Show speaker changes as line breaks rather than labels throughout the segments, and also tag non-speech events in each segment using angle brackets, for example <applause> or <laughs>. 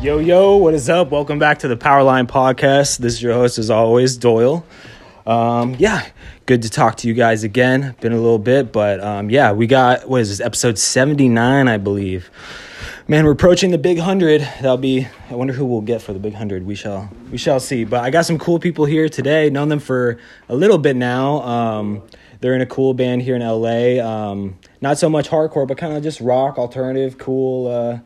Yo, yo, what is up? Welcome back to the Powerline Podcast. This is your host, as always, Doyle. Um, yeah, good to talk to you guys again. Been a little bit, but um, yeah, we got, what is this, episode 79, I believe. Man, we're approaching the big 100. That'll be, I wonder who we'll get for the big 100. We shall, we shall see. But I got some cool people here today. Known them for a little bit now. Um, they're in a cool band here in LA. Um, not so much hardcore, but kind of just rock, alternative, cool. Uh,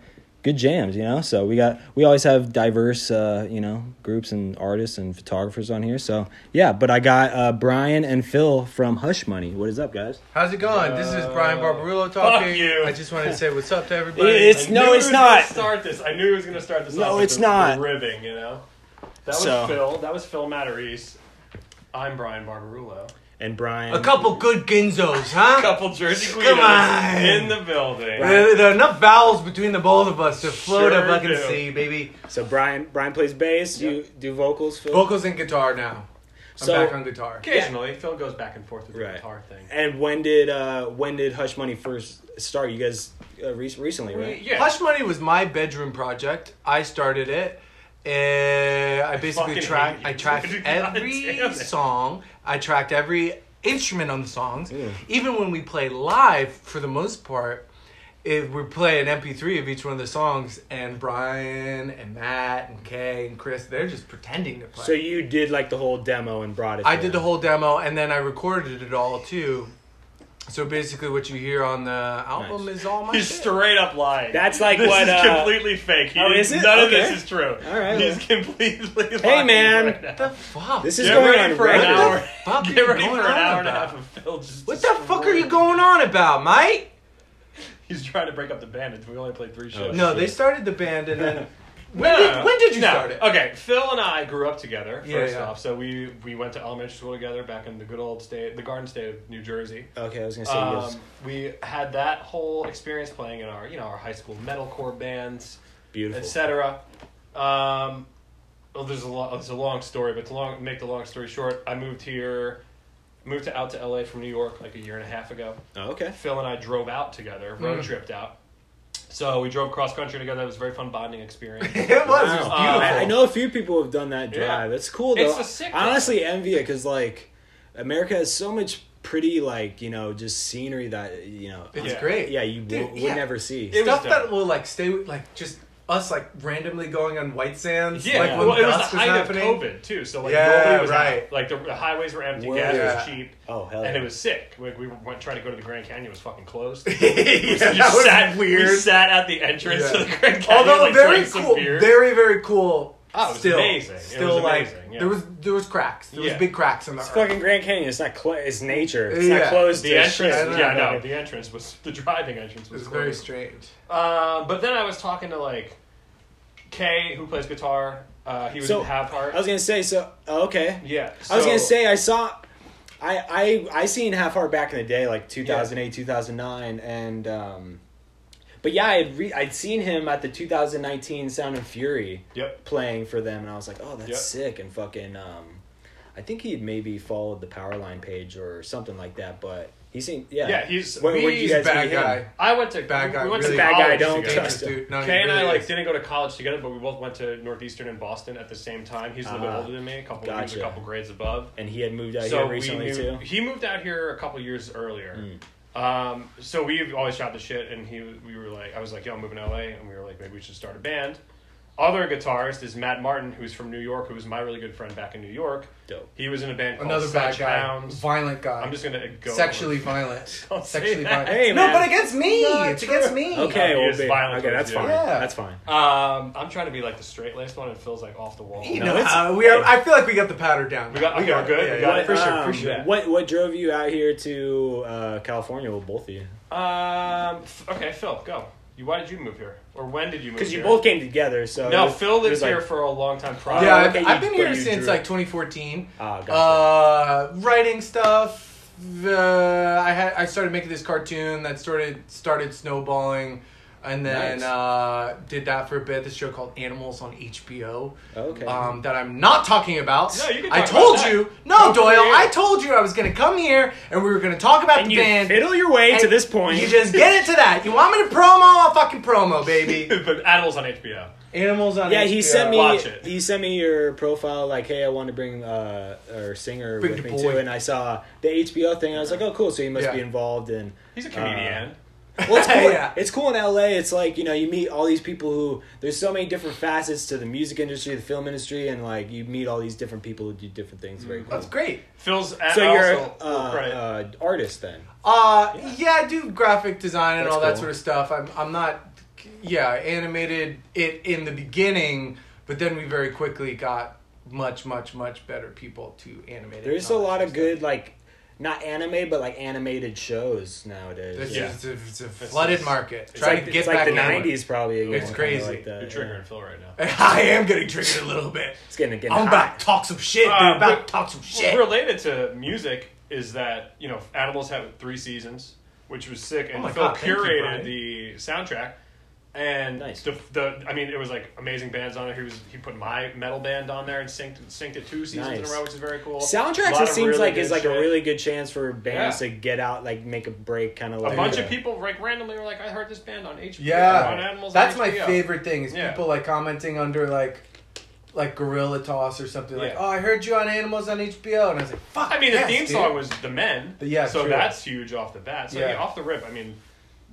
good jams, you know. So we got we always have diverse, uh, you know, groups and artists and photographers on here. So yeah, but I got uh, Brian and Phil from Hush Money. What is up, guys?
How's it going? this is Brian Barbarillo talking.
Uh, you.
I just wanted to say what's up to everybody.
It's-
I
No,
knew he
it's
was
not.
Gonna start this. I knew he was gonna start this.
No,
off with
it's
the-
not.
The ribbing, you know. That was
So-
Phil. That was Phil Matarese. I'm Brian Barbarulo.
And Brian,
a couple good Ginzos, huh?
Couple Jersey
Come on.
Guidos in the building.
There, there are enough vowels between the both of us to float
Sure
a fucking
do.
sea, baby.
so Brian Brian plays bass. You do vocals, Phil.
Vocals and guitar now. I'm
So-
back on guitar.
Occasionally, Phil goes back and forth with the
Right.
guitar thing.
and when did uh, when did Hush Money first start? You guys uh, re- recently, right?
Yeah.
Hush Money was my bedroom project. I started it. Uh, I basically
fucking
tracked.
hate you,
I tracked
dude. <laughs> God damn
every
it.
song. I tracked every instrument on the songs. Even when we play live, for the most part, if we play an MP3 of each one of the songs, and Brian and Matt and Kay and Chris, they're just pretending to play.
So you did like the whole demo and brought it.
I
to
did the
them.
whole demo and then I recorded it all too. So basically, what you hear on the album
Nice.
is all my.
He's
shit.
straight up lying.
That's like
this
what,
is
uh,
completely fake. He
oh,
didn't-
is it?
None of
Okay.
this is true.
All right,
He's completely lying.
man.
right now.
What the fuck?
This is
Get
going
ready
on
for an
record.
hour.
Fuck
Get
you
ready for
going
an
on
hour and a
about?
half of Phil just.
What the fuck are you going on about, mate?
He's trying to break up the band. and We only played
Oh,
three shows.
No, they started the band and <laughs> then. When, did, when did you
no.
start it?
Okay, Phil and I grew up together.
Yeah,
first
yeah.
off, so we we went to elementary school together back in the good old state, the Garden State of New Jersey.
Okay, I was gonna say
Um,
yes.
we had that whole experience playing in our you know our high school metalcore bands,
Beautiful.
etc. Um, well, there's a lot. It's a long story, but to long make the long story short, I moved here, moved to, out to LA from New York like a year and a half ago.
Oh, okay.
Phil and I drove out together, road
Mm.
tripped out. So we drove cross country together. It was a very fun bonding experience.
<laughs> it was. It was
Wow. Uh,
beautiful.
I, I know a few people have done that
Yeah.
drive. It's cool though.
It's a sick
I honestly envy it because like America has so much pretty like you know just scenery that you know
It's
Yeah.
great.
yeah you
Dude,
w-
yeah.
would never see.
It
Stuff
was
that
dope.
will like stay with like just us like randomly going on White Sands.
Yeah,
like, when
well, it was the
dusk
height
happening.
of COVID too, so like
Yeah,
nobody was
right.
out. Like the, the highways were empty,
Whoa.
gas
Yeah.
was cheap,
oh hell
and
yeah.
it was sick. We, we went trying to go to the Grand Canyon, it was fucking
<laughs>
closed.
<laughs> yeah,
So we
that was
sat,
weird.
We sat at the entrance
Yeah.
to the Grand Canyon,
Although
like,
very
drank some
cool,
beer.
very very cool.
Oh, it was
still,
amazing. It
still
was
like
amazing, yeah.
there was there was cracks. There
Yeah.
was big cracks in the
It's
earth.
fucking Grand Canyon. It's not cl- it's nature. It's not
Yeah.
closed.
the
to
entrance,
shit.
I
yeah,
know.
no, the entrance was the driving entrance
it
was,
was very
closed.
strange.
Uh, but then I was talking to like Kay, who plays guitar. Uh, he was
So,
in half heart.
I was gonna say so. oh, okay.
yeah,
I was gonna
so-
say I saw, I I I seen Half Heart back in the day, like two thousand eight, two thousand nine, and um, but yeah, I'd re- I'd seen him at the two thousand nineteen Sound and Fury
Yep.
playing for them, and I was like, oh, that's
Yep.
sick, and fucking um, I think he maybe followed the Powerline page or something like that, but he seemed yeah
Yeah, he's-
Where- where'd
we-
you
He's
guys
a bad
meet him?
guy.
I went to
Bad guy,
We went
really
to
bad guy,
college
don't
together.
trust
Dangerous
him.
dude. No, he
Kay and I
really
like
is.
didn't go to college together, but we both went to Northeastern and Boston at the same time. He's a little bit
Ah,
older than me, a couple years,
gotcha.
a couple grades above.
and he had moved out
so
here recently
we knew,
too. Hmm.
He moved out here a couple years earlier. Um, so we always shot the shit, and he we were like, I was like, yo, I'm moving to LA, and we were like, maybe we should start a band. Other guitarist is Matt Martin, who's from New York, who was my really good friend back in New York.
Dope.
He was in a band called
Another bad
Such
guy,
Hounds.
violent guy.
I'm just gonna go
sexually violent.
<laughs> Don't say
sexually
that.
violent.
Hey,
no,
man.
but against me.
Not
it's
true.
against me.
Okay,
he
well,
is
big-
violent
okay, that's
towards you.
fine.
Yeah.
That's fine.
Um, I'm trying to be like the straight laced one, and Phil's like off the wall.
You
No,
know,
it's-
uh, we are, I feel like we got the pattern down.
We got- okay, we're
it.
good?
Yeah,
We
yeah,
got it?
for sure,
Um,
for sure.
that.
What what drove you out here to uh, California with both of you?
Um. f- Okay, Phil, go. You, why did you move here, or when did you move?
Because you
here?
both came together, so
No,
it was-
Phil
it
lives
was like-
here for a long time. Prior.
Yeah,
Oh,
<laughs>
I've,
okay,
I've
you-
been
but
here
you
since
drew.
like 2014.
Ah, gotcha.
uh, writing stuff. Uh, I had I started making this cartoon that started started snowballing. and then
Nice.
uh, did that for a bit. This show called Animals on
Oh,
HBO.
Okay.
Um, that I'm not talking about.
No, you can
I
talk
told
about that.
you. No,
Go for
Doyle.
it.
I told you I was gonna come here and we were gonna talk about
And
the
you
band.
fiddle your way to
and
this point.
You just get it to that. You want me to promo? I'll fucking promo,
<laughs>
baby.
but animals on HBO.
Animals on
yeah,
HBO.
he sent me.
Watch it.
He sent me your profile, like, hey, I want to bring uh, our singer
Bring
with
the
me
boy.
too, and I saw the HBO thing. and I was like, oh, cool. So he must
Yeah.
be involved in. uh,
He's a comedian.
Well, it's cool.
Yeah.
It's cool in LA. It's like you know, you meet all these people who there's so many different facets to the music industry, the film industry, and like you meet all these different people who do different things. Very cool.
Mm-hmm. That's great.
Phil's and
So you're
also-
a uh,
right.
uh, artist then.
Uh, yeah. I do graphic design and
That's
all that
cool.
sort of stuff. I'm, I'm not, yeah, I animated it in the beginning, but then we very quickly got much, much, much better people to animate it.
There's
and
a
all that
lot
sort
of good like not anime but like animated shows nowadays.
It's
yeah.
just it's a flooded market.
it's
Try
like,
to
it's
get
like
back
the
in it.
'90s probably. again,
It's
kinda
crazy.
Like that,
you're
yeah.
triggering Phil right
Oh,
now.
<laughs> I am getting triggered a little bit.
It's getting again.
I'm about to talk some shit. dude.
Uh,
I'm about
but-
to talk some shit.
Related to music is that you know animals have three seasons, which was sick, and
Oh
my
Phil
God, thank you,
curated
Brian.
the soundtrack. And
Nice.
the, the I mean, it was like amazing bands on it. He was he put my metal band on there and synced synced it two seasons in
Nice.
a row, which is very cool. A
Soundtracks
lot
it
of
seems
really
like
good
is like
shit.
a really good chance for bands
Yeah.
to get out, like make a break, kind of like
a bunch
uh,
of people like randomly were like, I heard this band on HBO. on
Yeah,
animals. on
that's my
HBO."
favorite thing is
Yeah.
people like commenting under like, like Gorilla Toss or something like,
Yeah.
"Oh, I heard you on Animals on HBO," and I was like, "Fuck."
I mean,
yes,
the theme
dude."
song was "The Men,"
But yeah,
so
true.
that's huge off the bat. So yeah.
Yeah.
off the rip, I mean,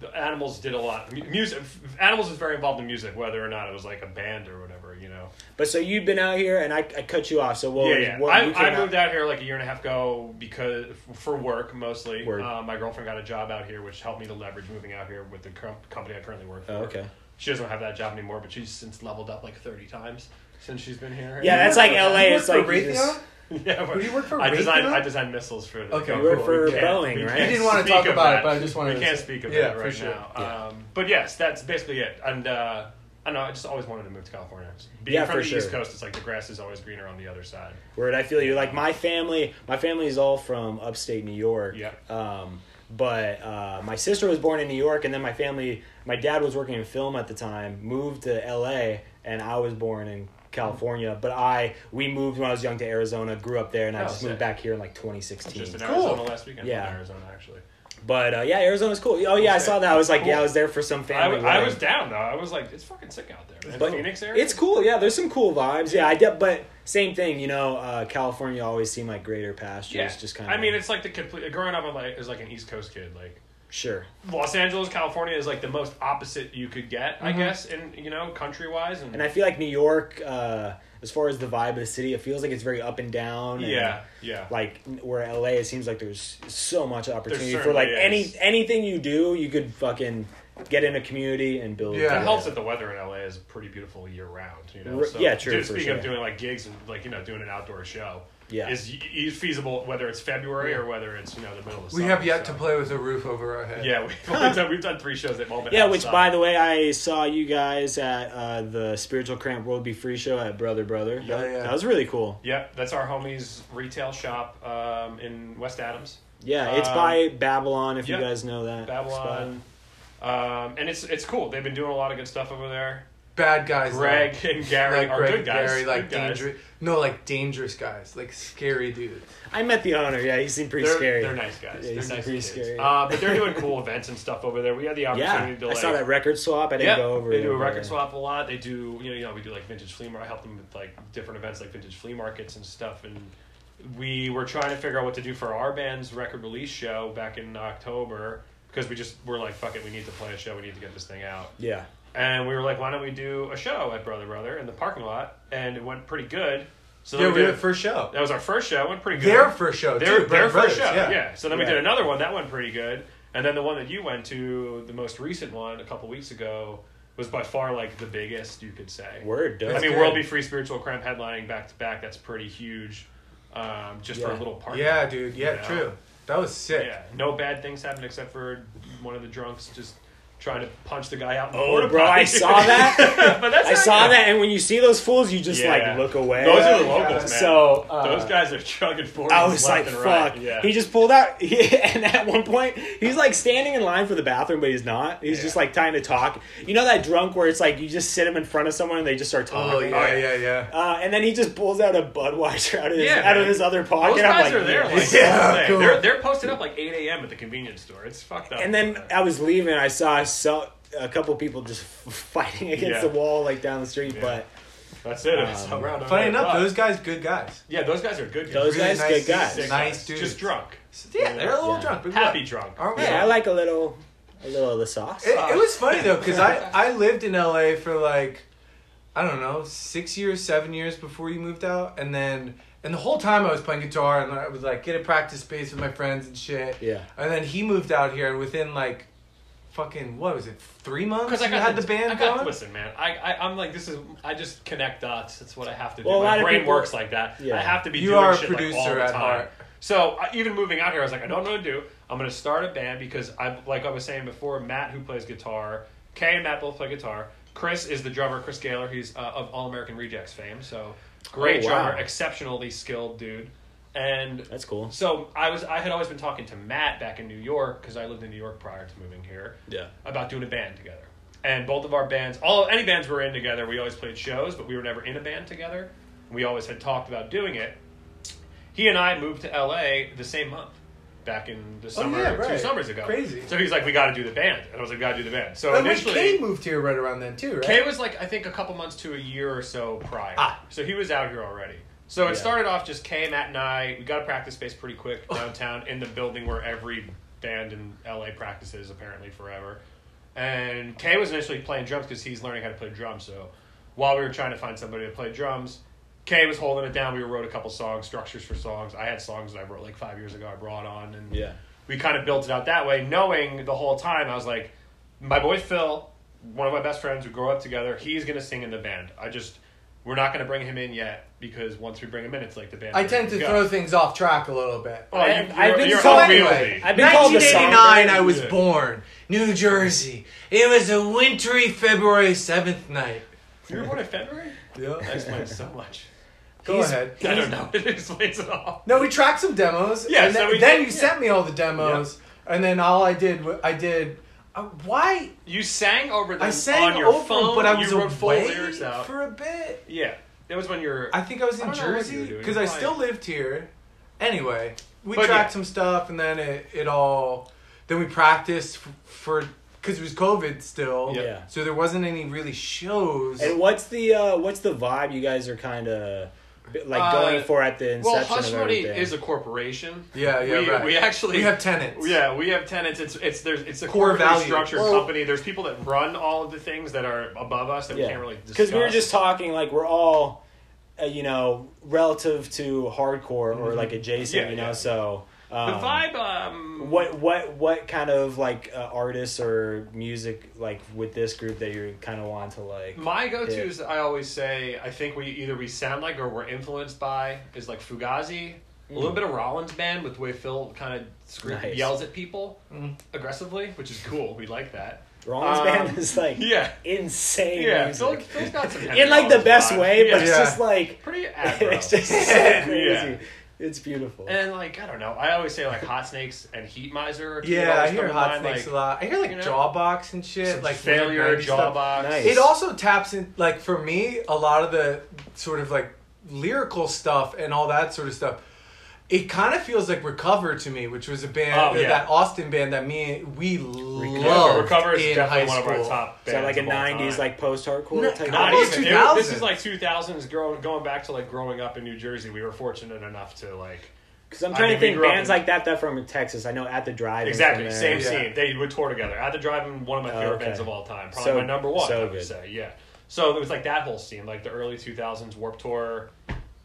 the Animals did a lot. Mu- Music, f- Animals was very involved in music, whether or not it was like a band or whatever, you know.
But so you've been out here, and I, I cut you off. So what?
yeah,
was,
yeah.
What, you
I,
came
I moved out here like a year and a half ago because for work mostly.
Word.
Uh, my girlfriend got a job out here, which helped me to leverage moving out here with the com- company I currently work for.
Oh, okay.
She doesn't have that job anymore, but she's since leveled up like thirty times since she's been here.
Yeah, that's like
You
LA.
work
It's like
for
you
Raytheon?
just-
<laughs> yeah. but
Who do you work for,
I designed
Raytheon?
I designed missiles for. the
Okay,
company.
you were for
We can't-
Boeing,
We
right?
can't
didn't wanna
speak
talk
of
about it,
that.
but I just wanted
We
to
can't
say-
speak of
Yeah,
that
for
right
sure.
now. Um, but yes, that's basically it. And uh, I don't know I just always wanted to move to California. Being
Yeah,
from
for
the East
sure.
Coast, it's like the grass is always greener on the other side.
Word, I feel you. Like my family, my family is all from upstate New York.
Yeah.
Um, but uh, my sister was born in New York, and then my family, my dad was working in film at the time, moved to L.A., and I was born in California. But I, we moved when I was young to Arizona, grew up there, and I
Mm-hmm. Oh,
just moved
sick.
back here in like 2016.
Just in
Cool.
Arizona last weekend.
Yeah.
in Arizona actually.
But uh, yeah, Arizona's cool. Oh yeah, I
Okay.
saw that. I was like, yeah, I
Cool.
was there for some
I,
family.
w- I
wedding.
was down though. I was like, it's fucking sick out there, man.
But
Phoenix area.
It's cool. Yeah, there's some cool vibes. Yeah, I de- but same thing. You know, uh, California always seemed like greater pastures.
Yeah.
Just kind of.
I mean, it's like the complete. Growing up, I'm like, as like an East Coast kid, like
sure.
Los Angeles, California is like the most opposite you could get, I
Mm-hmm.
guess, and you know, country wise, and,
And I feel like New York, uh, as far as the vibe of the city, it feels like it's very up and down. And
yeah, yeah.
Like where LA, it seems like there's so much opportunity for
certainly
like any
is.
anything you do, you could fucking get in a community and build.
Yeah.
It
Yeah.
helps that the weather in LA is pretty beautiful year round. You know,
R-
so
yeah, true,
Dude,
for
speaking of
sure.
doing like gigs and like you know doing an outdoor show,
Yeah.
is y- y- feasible whether it's February or whether it's you know the middle of.
We
summer,
have yet
so.
to play with a roof over our head.
<laughs> Yeah, we've, only done, we've done three shows that moment.
Yeah, which by the way, I saw you guys at uh, the Spiritual Cramp World Be Free show at Brother Brother.
Yeah,
that,
yeah.
that was really cool.
Yep, that's our homie's retail shop um, in West Adams,
Yeah, it's
Um,
by Babylon if
yeah.
you guys know that.
Babylon, um, and it's it's cool. They've been doing a lot of good stuff over there.
Bad guys. though.
Greg and Gary
Like
are
Greg
good guys.
Gary, like
good guys.
dangerous. No, like dangerous guys, like scary dudes.
spot. I met the owner. Yeah, he seemed pretty
They're,
scary.
they're nice guys.
Yeah,
they're
he's
nice
pretty
kids.
scary.
Uh, but
<laughs>
they're doing cool events and stuff over there. We had the opportunity
Yeah,
to
I
like
saw that record swap. I didn't
Yeah,
go over.
they
it,
do a
but-
record swap a lot. They do, you know, you know, we do like vintage flea market. I help them with like different events, like vintage flea markets and stuff. And we were trying to figure out what to do for our band's record release show back in October because we just were like, fuck it, we need to play a show. We need to get this thing out.
Yeah.
And we were like, why don't we do a show at Brother Brother in the parking lot? And it went pretty good. So then
Yeah, we did
did-
it first show.
that was our first show. It went pretty good.
Their first show.
Their,
too,
their
Brother
first show,
Brothers,
yeah. So then we
Yeah.
did another one. That went pretty good. And then the one that you went to, the most recent one, a couple weeks ago, was by far like the biggest you could say.
Word. Dope.
I mean,
good.
World Be Free Spiritual Cramp headlining back to back. That's pretty huge, um, just for a
Yeah.
little party.
Yeah, dude. Yeah,
Yeah.
true. That was sick.
Yeah. No bad things happened except for one of the drunks just trying to punch the guy out. in the
Oh,
porta
bro, I
potty.
saw that.
<laughs> but that's
I
how
saw
you know.
that, and when you see those fools, you just
Yeah.
like look away.
Those are the locals, man.
So uh,
Those guys are chugging forward.
I was like,
left
fuck.
and right. Yeah.
He just pulled out, <laughs> and at one point, he's like standing in line for the bathroom, but he's not. He's
Yeah.
just like trying to talk. You know that drunk where it's like you just sit him in front of someone and they just start talking.
Oh yeah, yeah, yeah.
Uh, and then he just pulls out a Budweiser out of his,
Yeah,
out of
man.
his other pocket.
Those guys
I'm like,
are there
"Yeah."
<laughs>
like
Yeah,
all day.
cool.
They're they're posted up like eight a.m. at the convenience store. It's fucked up.
and then I was leaving. I saw so, a couple people just <laughs> f- fighting against
Yeah.
the wall, like down the street.
Yeah.
But
that's it. It's
Um,
around
Funny
nine
enough,
o'clock.
those guys, good guys.
yeah, those guys are good. Guys.
Those
Really
guys,
nice
good guys.
dudes.
Sick
Nice dudes.
Just drunk,
Yeah, they're a little
Yeah.
drunk, but
happy
look,
drunk.
Aren't we?
yeah, I like a little, a little of the sauce.
It, it was funny though, because
<laughs>
I, I lived in LA for like, I don't know, six years, seven years before you moved out. And then, and the whole time I was playing guitar and I was like, get a practice space with my friends and shit.
Yeah.
And then he moved out here and within like, fucking, what was it, three months?
Because I
you
got
had the band
I got,
going?
Listen, man, I, I I'm like this is I just connect dots. That's what I have to do.
Well, a lot
My
of
brain
people-
works like that.
Yeah.
I have to be.
You
doing
are a
shit, like, all
producer
the
at
time.
heart.
So I, even moving out here, I was like, I don't know what to do. I'm gonna start a band because I like I was saying before. Matt, who plays guitar, Kay and Matt both play guitar. Chris is the drummer. Chris Gaylor, he's uh, of All American Rejects fame. So great
Oh, wow.
drummer, exceptionally skilled dude. And
That's
Oh.
cool.
so I was I had always been talking to Matt back in New York because I lived in New York prior to moving here.
Yeah.
About doing a band together. And both of our bands, all any bands we were in together, we always played shows, but we were never in a band together. We always had talked about doing it. He and I moved to LA the same month, back in the summer,
Oh, yeah,
two
right.
summers ago.
Crazy.
So he's like, "We got to do the band," and I was like, "We got to do the band." So
But wait,
initially,
Kay moved here right around then too, right?
Kay was like I think a couple months to a year or so prior.
Ah.
So he was out here already. So it
Yeah.
started off just Kay, Matt, and I. We got a practice space pretty quick downtown in the building where every band in LA practices apparently forever. And Kay was initially playing drums because he's learning how to play drums. So while we were trying to find somebody to play drums, Kay was holding it down. We wrote a couple songs, structures for songs. I had songs that I wrote like five years ago. I brought on and
Yeah.
we kind of built it out that way, knowing the whole time I was like, my boy Phil, one of my best friends, we grow up together. He's gonna sing in the band. I just we're not gonna bring him in yet because once we bring him in, it's like the band.
I tend to
go.
throw things off track a little bit.
Oh, you,
I've-
you're,
I've been
you're
so-
unwieldy.
Anyway,
I've been called the
1989,
songbird.
I was
Yeah.
born, New Jersey. It was a wintry February 7th night.
you were born in February. That explains so much.
Go
He's-
ahead.
I don't <laughs> know. It explains it all.
No, we tracked some demos.
Yeah,
and
so
then,
we
then
did-
you sent me all the demos, and then all I did, wa- I did. Uh, why
You sang over them
I sang
on your
over,
phone,
but I was
you wrote full
away
lyrics out.
for a bit.
yeah, that was when you're.
I think I was
I
in
don't know what you were
Jersey
doing.
because
You're
I
fine.
still lived here. Anyway, we
But
tracked
yeah.
some stuff, and then it, it all. Then we practiced f- for because it was COVID still.
Yeah.
Yeah.
So there wasn't any really shows.
And what's the uh, what's the vibe you guys are kind of like
Uh,
going for at the
well,
inception
Hush
of
Money
everything?
is a corporation.
yeah, yeah,
we,
right.
we actually
we have tenants.
Yeah, we have tenants. It's it's there's it's a
Core
core
value.
structured
Well-
company. There's people that run all of the things that are above us that we can't really discuss.
because we were just talking like we're all, uh, you know, relative to hardcore or like adjacent,
Yeah,
you know.
yeah.
So
the
um,
vibe. Um,
What what what kind of like uh, artists or music like with this group that you kind of want to like?
my go-to is I always say I think we either we sound like or we're influenced by is like Fugazi, a little bit of Rollins band with the way Phil kind of screams,
Mm. Nice. Mm-hmm.
yells at people aggressively, which is cool. We like that.
Rollins
Um,
band is like
Yeah.
insane
Yeah, Phil,
music.
Phil's got some
in like the best way, but
yeah.
it's
Yeah.
just like
pretty
<laughs>
aggro.
it's
<laughs>
just so crazy. It's beautiful.
And like I don't know, I always say like hot snakes and heat miser. are two that
Yeah, I
always
hear
come to
hot
mind,
snakes
like,
a lot. I hear like
you know,
jawbox and shit,
some
like
failure,
weird 90s stuff.
jawbox.
Nice.
It also taps in like for me a lot of the sort of like lyrical stuff and all that sort of stuff. It kind of feels like Recover to me, which was a band
Oh, yeah.
that Austin band that me we
Yeah,
loved
but Recover is
in high
definitely one of our
school.
top
so
bands
like a
of all
'90s
time.
like post-hardcore
No,
type.
not
of-
almost
even. It-
2000.
this is like 2000s. Growing going back to like growing up in New Jersey, we were fortunate enough to like
Because I'm
I
trying
mean,
to
we
think
grew up
bands
in-
like that that from Texas. I know at the drive.
exactly same
Yeah.
scene. They would tour together at the drive-in. One of my
Oh,
favorite
okay.
bands of all time, probably
So-
my number one.
so
I would
good.
say yeah. So it was like that whole scene, like the early 2000s Warp Tour.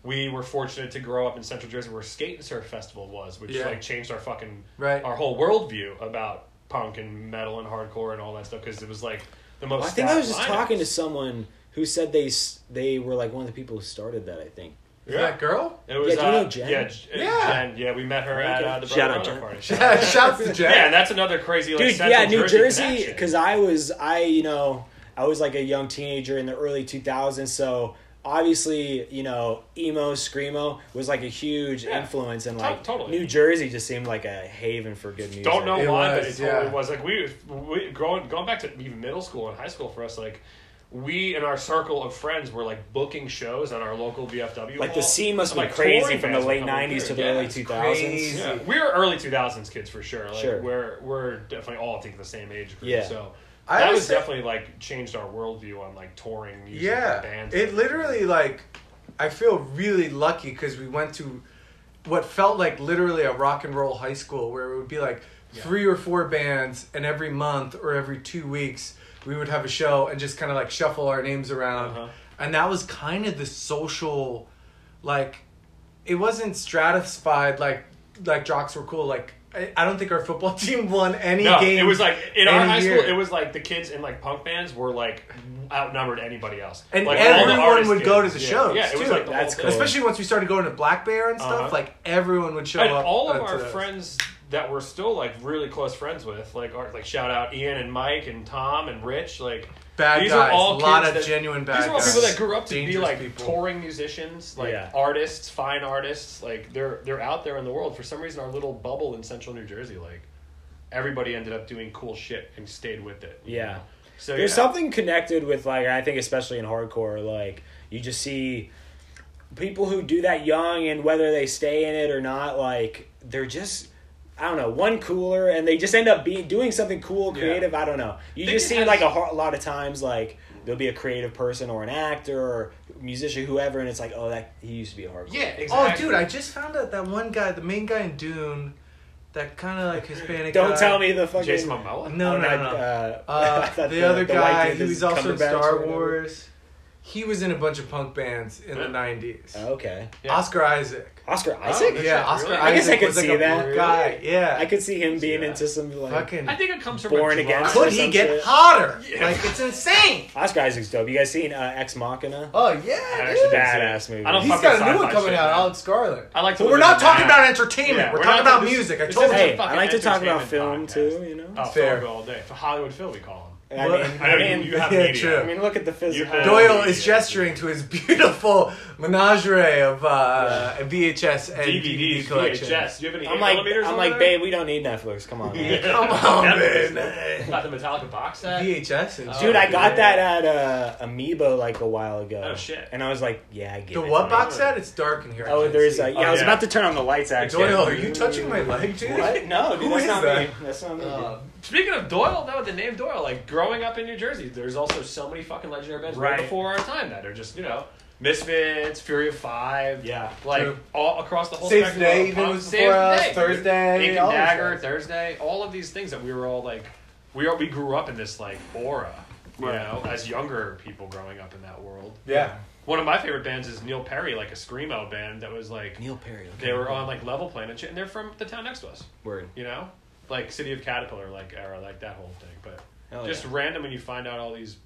We were fortunate to grow up in Central Jersey, where Skate and Surf Festival was, which
Yeah.
like changed our fucking
Right.
our whole worldview about punk and metal and hardcore and all that stuff because it was like the most.
I think I was
stacked
just
lineup.
talking to someone who said they s- they were like one of the people who started that. I think
Is that girl? <laughs>
It was,
Yeah, do you know
uh,
Jen?
Yeah, J-
Yeah.
Jen. Yeah, we met her at uh, the
Shout
Brother
out,
Brother
Jen.
party. <laughs> Shout out.
Shouts to Jen.
Yeah, and that's another crazy like
dude.
Central
yeah, New Jersey.
connection.
Because I was, I you know, I was like a young teenager in the early 2000s. So obviously, you know, emo, screamo was like a huge
Yeah.
influence, and
To-
like
totally.
New Jersey just seemed like a haven for good music.
Don't know
It
why,
was,
but it totally
yeah.
was. Like we, we growing going back to even middle school and high school for us, like we and our circle of friends were like booking shows on our local VFW.
Like
hall.
the scene must
And,
be
like,
crazy
touring
from the
bands would
late
come over
'90s to
here.
the
Yeah.
early
it's
2000s.
crazy.
Yeah, we were early 2000s kids for sure. Like
Sure.
we're we're definitely all I think the same age group.
Yeah.
So
I
that
always
was
say-
definitely like changed our worldview on like touring music and
Yeah,
bands.
it literally like I feel really lucky because we went to what felt like literally a rock and roll high school where it would be like three or four bands, and every month or every two weeks we would have a show and just kind of like shuffle our names around,
Uh-huh.
and that was kind of the social, like, it wasn't stratified like like jocks were cool like. I I don't think our football <laughs> team won any
No,
game.
it was like in our
any
high
year.
school. It was like the kids in like punk bands were like outnumbered anybody else,
And
like, all the
everyone
artist
would go to
kids.
the
Yeah.
shows,
Yeah, it was
too.
like the
That's
whole
cool.
thing.
Especially once we started going to Black Bear and stuff,
Uh-huh.
like everyone would show
and
up.
all of
uh, to
our
those.
friends that we're still like really close friends with, like are, like shout out Ian and Mike and Tom and Rich, like
Bad
these
guys,
are all
a lot
kids
of
that-
genuine bad
These are all
guys.
people that grew up to be
Dangerous
like
people.
touring musicians, like
Yeah.
artists, fine artists. Like they're they're out there in the world. For some reason, our little bubble in Central New Jersey, like everybody ended up doing cool shit and stayed with it. you
Yeah.
know? So
There's
yeah.
something connected with like I think especially in hardcore, like you just see people who do that young and whether they stay in it or not, like they're just I don't know, one cooler and they just end up being doing something cool,
Yeah.
creative. I don't know. You
Think
just
it
see
has-
like a, har- a lot of times like there'll be a creative person or an actor or musician, whoever, and it's like, oh, that he used to be a hardcore.
Yeah,
Oh,
exactly.
dude, I just found out that one guy, the main guy in Dune, that kind of like Hispanic.
Don't
guy-
tell me the fucking
uh, Jason Momoa.
No,
I'm
no,
not,
no.
Uh, <laughs> I
Uh, the,
thought
other
white
guy,
dude
he
is
was also in
Cumberbatch or
Star
whatever.
Wars. He was in a bunch of punk bands in
Yeah.
the '90s.
Oh, Okay,
Yeah.
Oscar Isaac.
Oscar
Oh,
Isaac.
That's
yeah,
right,
Oscar
really?
Isaac
I
guess I could
was like
see
a
that.
punk guy. Yeah,
I could see him being
that.
into some like
fucking.
I think it comes from
Born
a
again.
drive.
Put-
could he
some
get
shit.
hotter?
Yeah.
Like it's insane.
Oscar Isaac's dope. You guys seen uh, Ex Machina?
Oh
I
yeah,
actually
dude.
didn't see
Badass
it.
movie.
I don't
He's
fucking
got a new
sci-fi
one coming
shit,
out,
man.
Alex Garland.
I like. to
But
live
we're
in
not
the
talking
now.
about entertainment.
Yeah,
we're,
we're
talking
not-
about
this is-
music. I
this
told
is a
you.
Hey, I
fucking
like to talk about film
entertainment podcast.
too. You know,
Oh,
Fair.
Phil all day. For Hollywood Phil, we call
<laughs>
him.
I
Well,
mean,
I know
I mean,
you, you have
yeah,
media.
true.
I mean, look at the physical.
have-
Doyle
Yeah.
is gesturing to his <laughs> beautiful menagerie of uh, VHS and DVD
DVDs,
collection.
<laughs> VHS. Do you have any
I'm
eight
like,
millimeters
I'm
over
like,
there? <laughs>
babe, we don't need Netflix. Come on,
<laughs>
man.
Come on,
Netflix.
man.
Got the Metallica box set.
VHS. And
Dude, I got
Oh, Yeah.
that at uh, Amiibo like a while ago.
Oh, shit.
And I was like, yeah, I get
The
it.
what
man.
box set? It's dark in here. I
Oh,
can't
there's
see.
like, yeah.
Oh,
I was
yeah.
about to turn on the lights. Actually,
Doyle, are you touching my leg, dude?
What? No, dude,
<laughs> Who
that's
is
not
that? Oh,
me. That's not me. dude.
Uh, speaking of Doyle, though, the name Doyle, like growing up in New Jersey, there's also so many fucking legendary bands right,
Right.
before our time that are just you know Misfits, Fury of Five,
Yeah.
like
True.
all across the whole
Save the
spectrum
Day
of
even
punk.
was
Save
before
the
us,
Day, dude.
Thursday,
Ink
all
and
those
Dagger,
guys.
Thursday, all of these things that we were all like, we all, we grew up in this like aura, you
Right.
know, as younger people growing up in that world.
Yeah.
One of my favorite bands is Neil Perry, like a screamo band that was like
Neil Perry. okay.
they were on like Level Planet and shit, and they're from the town next to us
Word.
you know, like City of Caterpillar, like era, like that whole thing. But
Hell
just
yeah.
random when you find out all these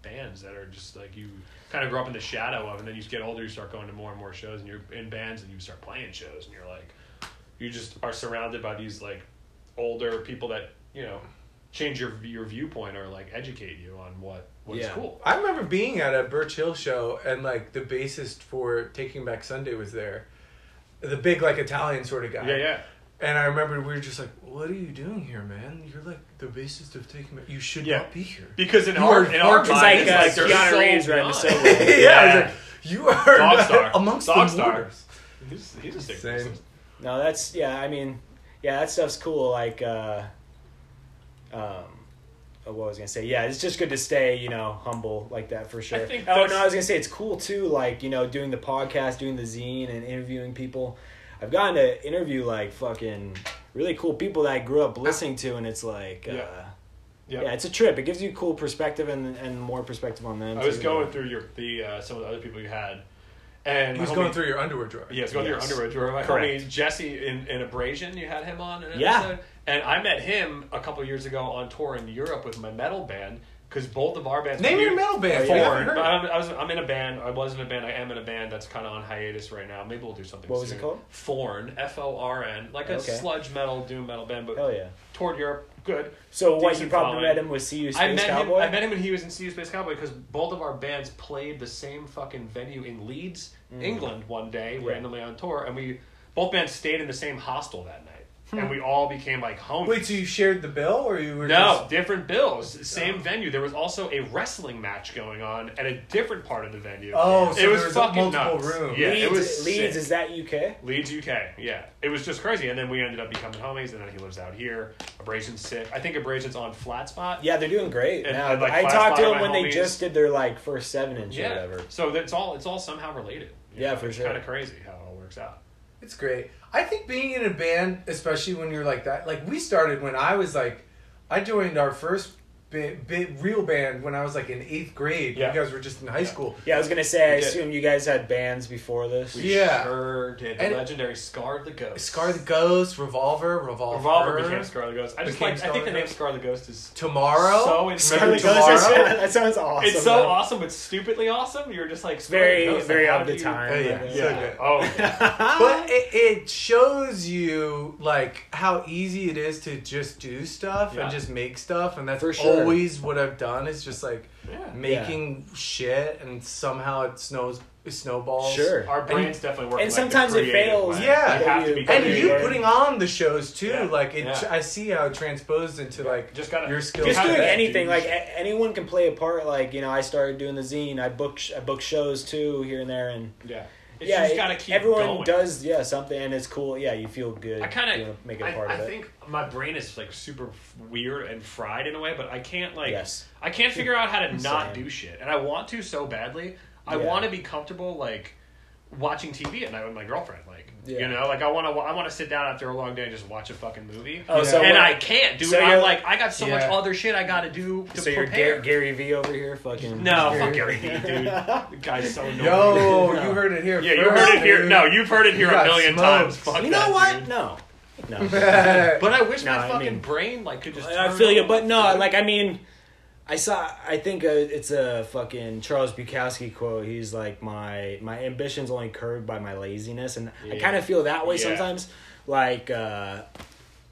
bands that are just like you kind of grow up in the shadow of, and then you get older, you start going to more and more shows, and you're in bands, and you start playing shows, and you're like, you just are surrounded by these like older people that you know change your your viewpoint or like educate you on what what's
Yeah.
cool.
I remember being at a Birch Hill show and like the bassist for Taking Back Sunday was there. The big like Italian sort of guy.
Yeah, yeah.
And I remember we were just like, "What are you doing here, man? You're like the bassist of Taking Back. You should
Yeah.
not be here."
Because in
You
our
are
in our
fucking-
minds,
It's like,
it's
uh,
like they're
Keanu
so
Reaves riding
young.
the subway.
<laughs> yeah, I was
<laughs> Yeah.
like, "You are
Dog star.
amongst
Dog
the
star.
mortars."
He's, he's a sick
Same.
person.
No, that's yeah. I mean, yeah, that stuff's cool. Like, uh, um, oh, what was I gonna say? Yeah, it's just good to stay, you know, humble like that for sure.
think
oh
that's-
no, I was gonna say it's cool too. Like, you know, doing the podcast, doing the zine, and interviewing people. I've gotten to interview like fucking really cool people that I grew up listening to, and it's like,
Yeah.
uh, yeah, it's a trip. It gives you cool perspective and and more perspective on them.
I was
too.
going through your the uh, some of the other people you had, and
He
my
was
homie-
going through your underwear drawer.
Yeah, it's going
Yes.
through your underwear drawer. My
Correct.
homie Jesse in, in Abrasion, you had him on an
Yeah.
episode, and I met him a couple years ago on tour in Europe with my metal band, because both of our bands.
Name
were
your
huge.
metal band.
Four.
I haven't heard.
But I'm, I was, I'm in a band. I was in a band. I am in a band that's kind of on hiatus right now. Maybe we'll do something.
What was it
soon.
called?
Forn. F O R N. Like a
Okay.
sludge metal, doom metal band, but
Hell yeah.
toward Europe, good.
So what you
Decent
probably
following.
met him with CU Space
I met him.
Cowboy.
I met him when he was in CU Space Cowboy because both of our bands played the same fucking venue in Leeds,
Mm.
England, one day
Yeah.
randomly on tour, and we both bands stayed in the same hostel that night, and we all became like homies.
Hmm. Wait, so you shared the bill, or you were
No,
Just, Oh.
different bills, same venue. There was also a wrestling match going on at a different part of the venue.
Oh,
it
so there
was
was a
fucking
multiple
nuts.
room.
Yeah,
Leeds,
it was
Leeds
sick.
is that UK?
Leeds, UK. Yeah, it was just crazy. And then we ended up becoming homies. And then he lives out here. Abrasion's sick. I think Abrasion's on Flat Spot.
Yeah, they're doing great
And,
now.
and, like,
I
Flash
talked to
Fire,
him
my
when they
homies.
just did their like first seven inch
yeah.
or whatever.
So that's all. It's all somehow related. You
Yeah,
know,
for
it's
sure.
Kind of crazy how it all works out.
it's great. I think being in a band, especially when you're like that, like we started when I was like, I joined our first bit, bit real band when I was like in eighth grade.
Yeah.
You guys were just in high school.
Yeah, I was gonna say. I
We did.
assume you guys had bands before this.
We- Yeah.
Sure did. The
And-
legendary Scar the Ghost.
Scar the Ghost, Revolver, Revolver,
Revolver became Scar the Ghost. I just
Became
like. I think
Scar
the
the
name
Ghost.
Scar the Ghost is
Tomorrow.
so insane.
<laughs>
Remember
Scarlet Ghost is-
Tomorrow?
that sounds awesome.
It's so
though.
awesome, but stupidly awesome. You're just like Scar
Very,
the Ghost, like,
very
how
of the
do you-
time.
Oh, yeah.
Yeah.
Yeah.
<laughs>
So good.
Oh.
<laughs>
yeah.
Uh,
but it, it shows you like how easy it is to just do stuff
Yeah.
and just make stuff and that's
For sure.
always what i've done is just like
Yeah.
making shit and somehow it snows it snowballs
<laughs> Sure.
Our brains definitely work.
and
like, the
sometimes it
creative
fails.
way.
Yeah.
you have to be.
and
creative.
you putting on the shows too
Yeah.
like it
Yeah.
i see how it transposed into like
Just gotta-
your
just
skills
just
How
doing
bad,
anything
dude.
like a- anyone can play a part like you know i started doing the zine i book sh- i book shows too here and there and
Yeah. It's
yeah
just
it-
gotta keep
everyone
going.
does yeah something and it's cool yeah you feel good
I kind
you know,
of
make it a part
I,
of
I
it
think my brain is like super f- weird and fried in a way, but I can't like
Yes.
I can't figure out how to not
Same.
do shit, and I want to so badly. I
Yeah.
want to be comfortable like watching TV at night with my girlfriend, like
Yeah.
you know, like I want to I want to sit down after a long day and just watch a fucking movie.
oh
Yeah.
so
and
what-
I can't do
so
it. I'm
you're-
like I got so much
Yeah.
other shit I got to do to
so you're
prepare.
Gar- gary vee over here fucking
no, fuck Gary
<laughs>
Vee, dude. The guy's so annoying.
yo you heard it here
yeah, you
first,
heard it here.
dude.
<laughs> No, you've heard it here
You
a
got
million
smoked.
times. Fuck
you
that,
know what
dude.
no no
But <laughs> I wish
No,
my
I
fucking
mean-
brain like could just.
I
turn
feel you,
on.
but no, like I mean, I saw. I think uh it's a fucking Charles Bukowski quote. He's like, my my ambition's only curbed by my laziness, and I
Yeah.
kind of feel that way
Yeah.
sometimes. Like, uh,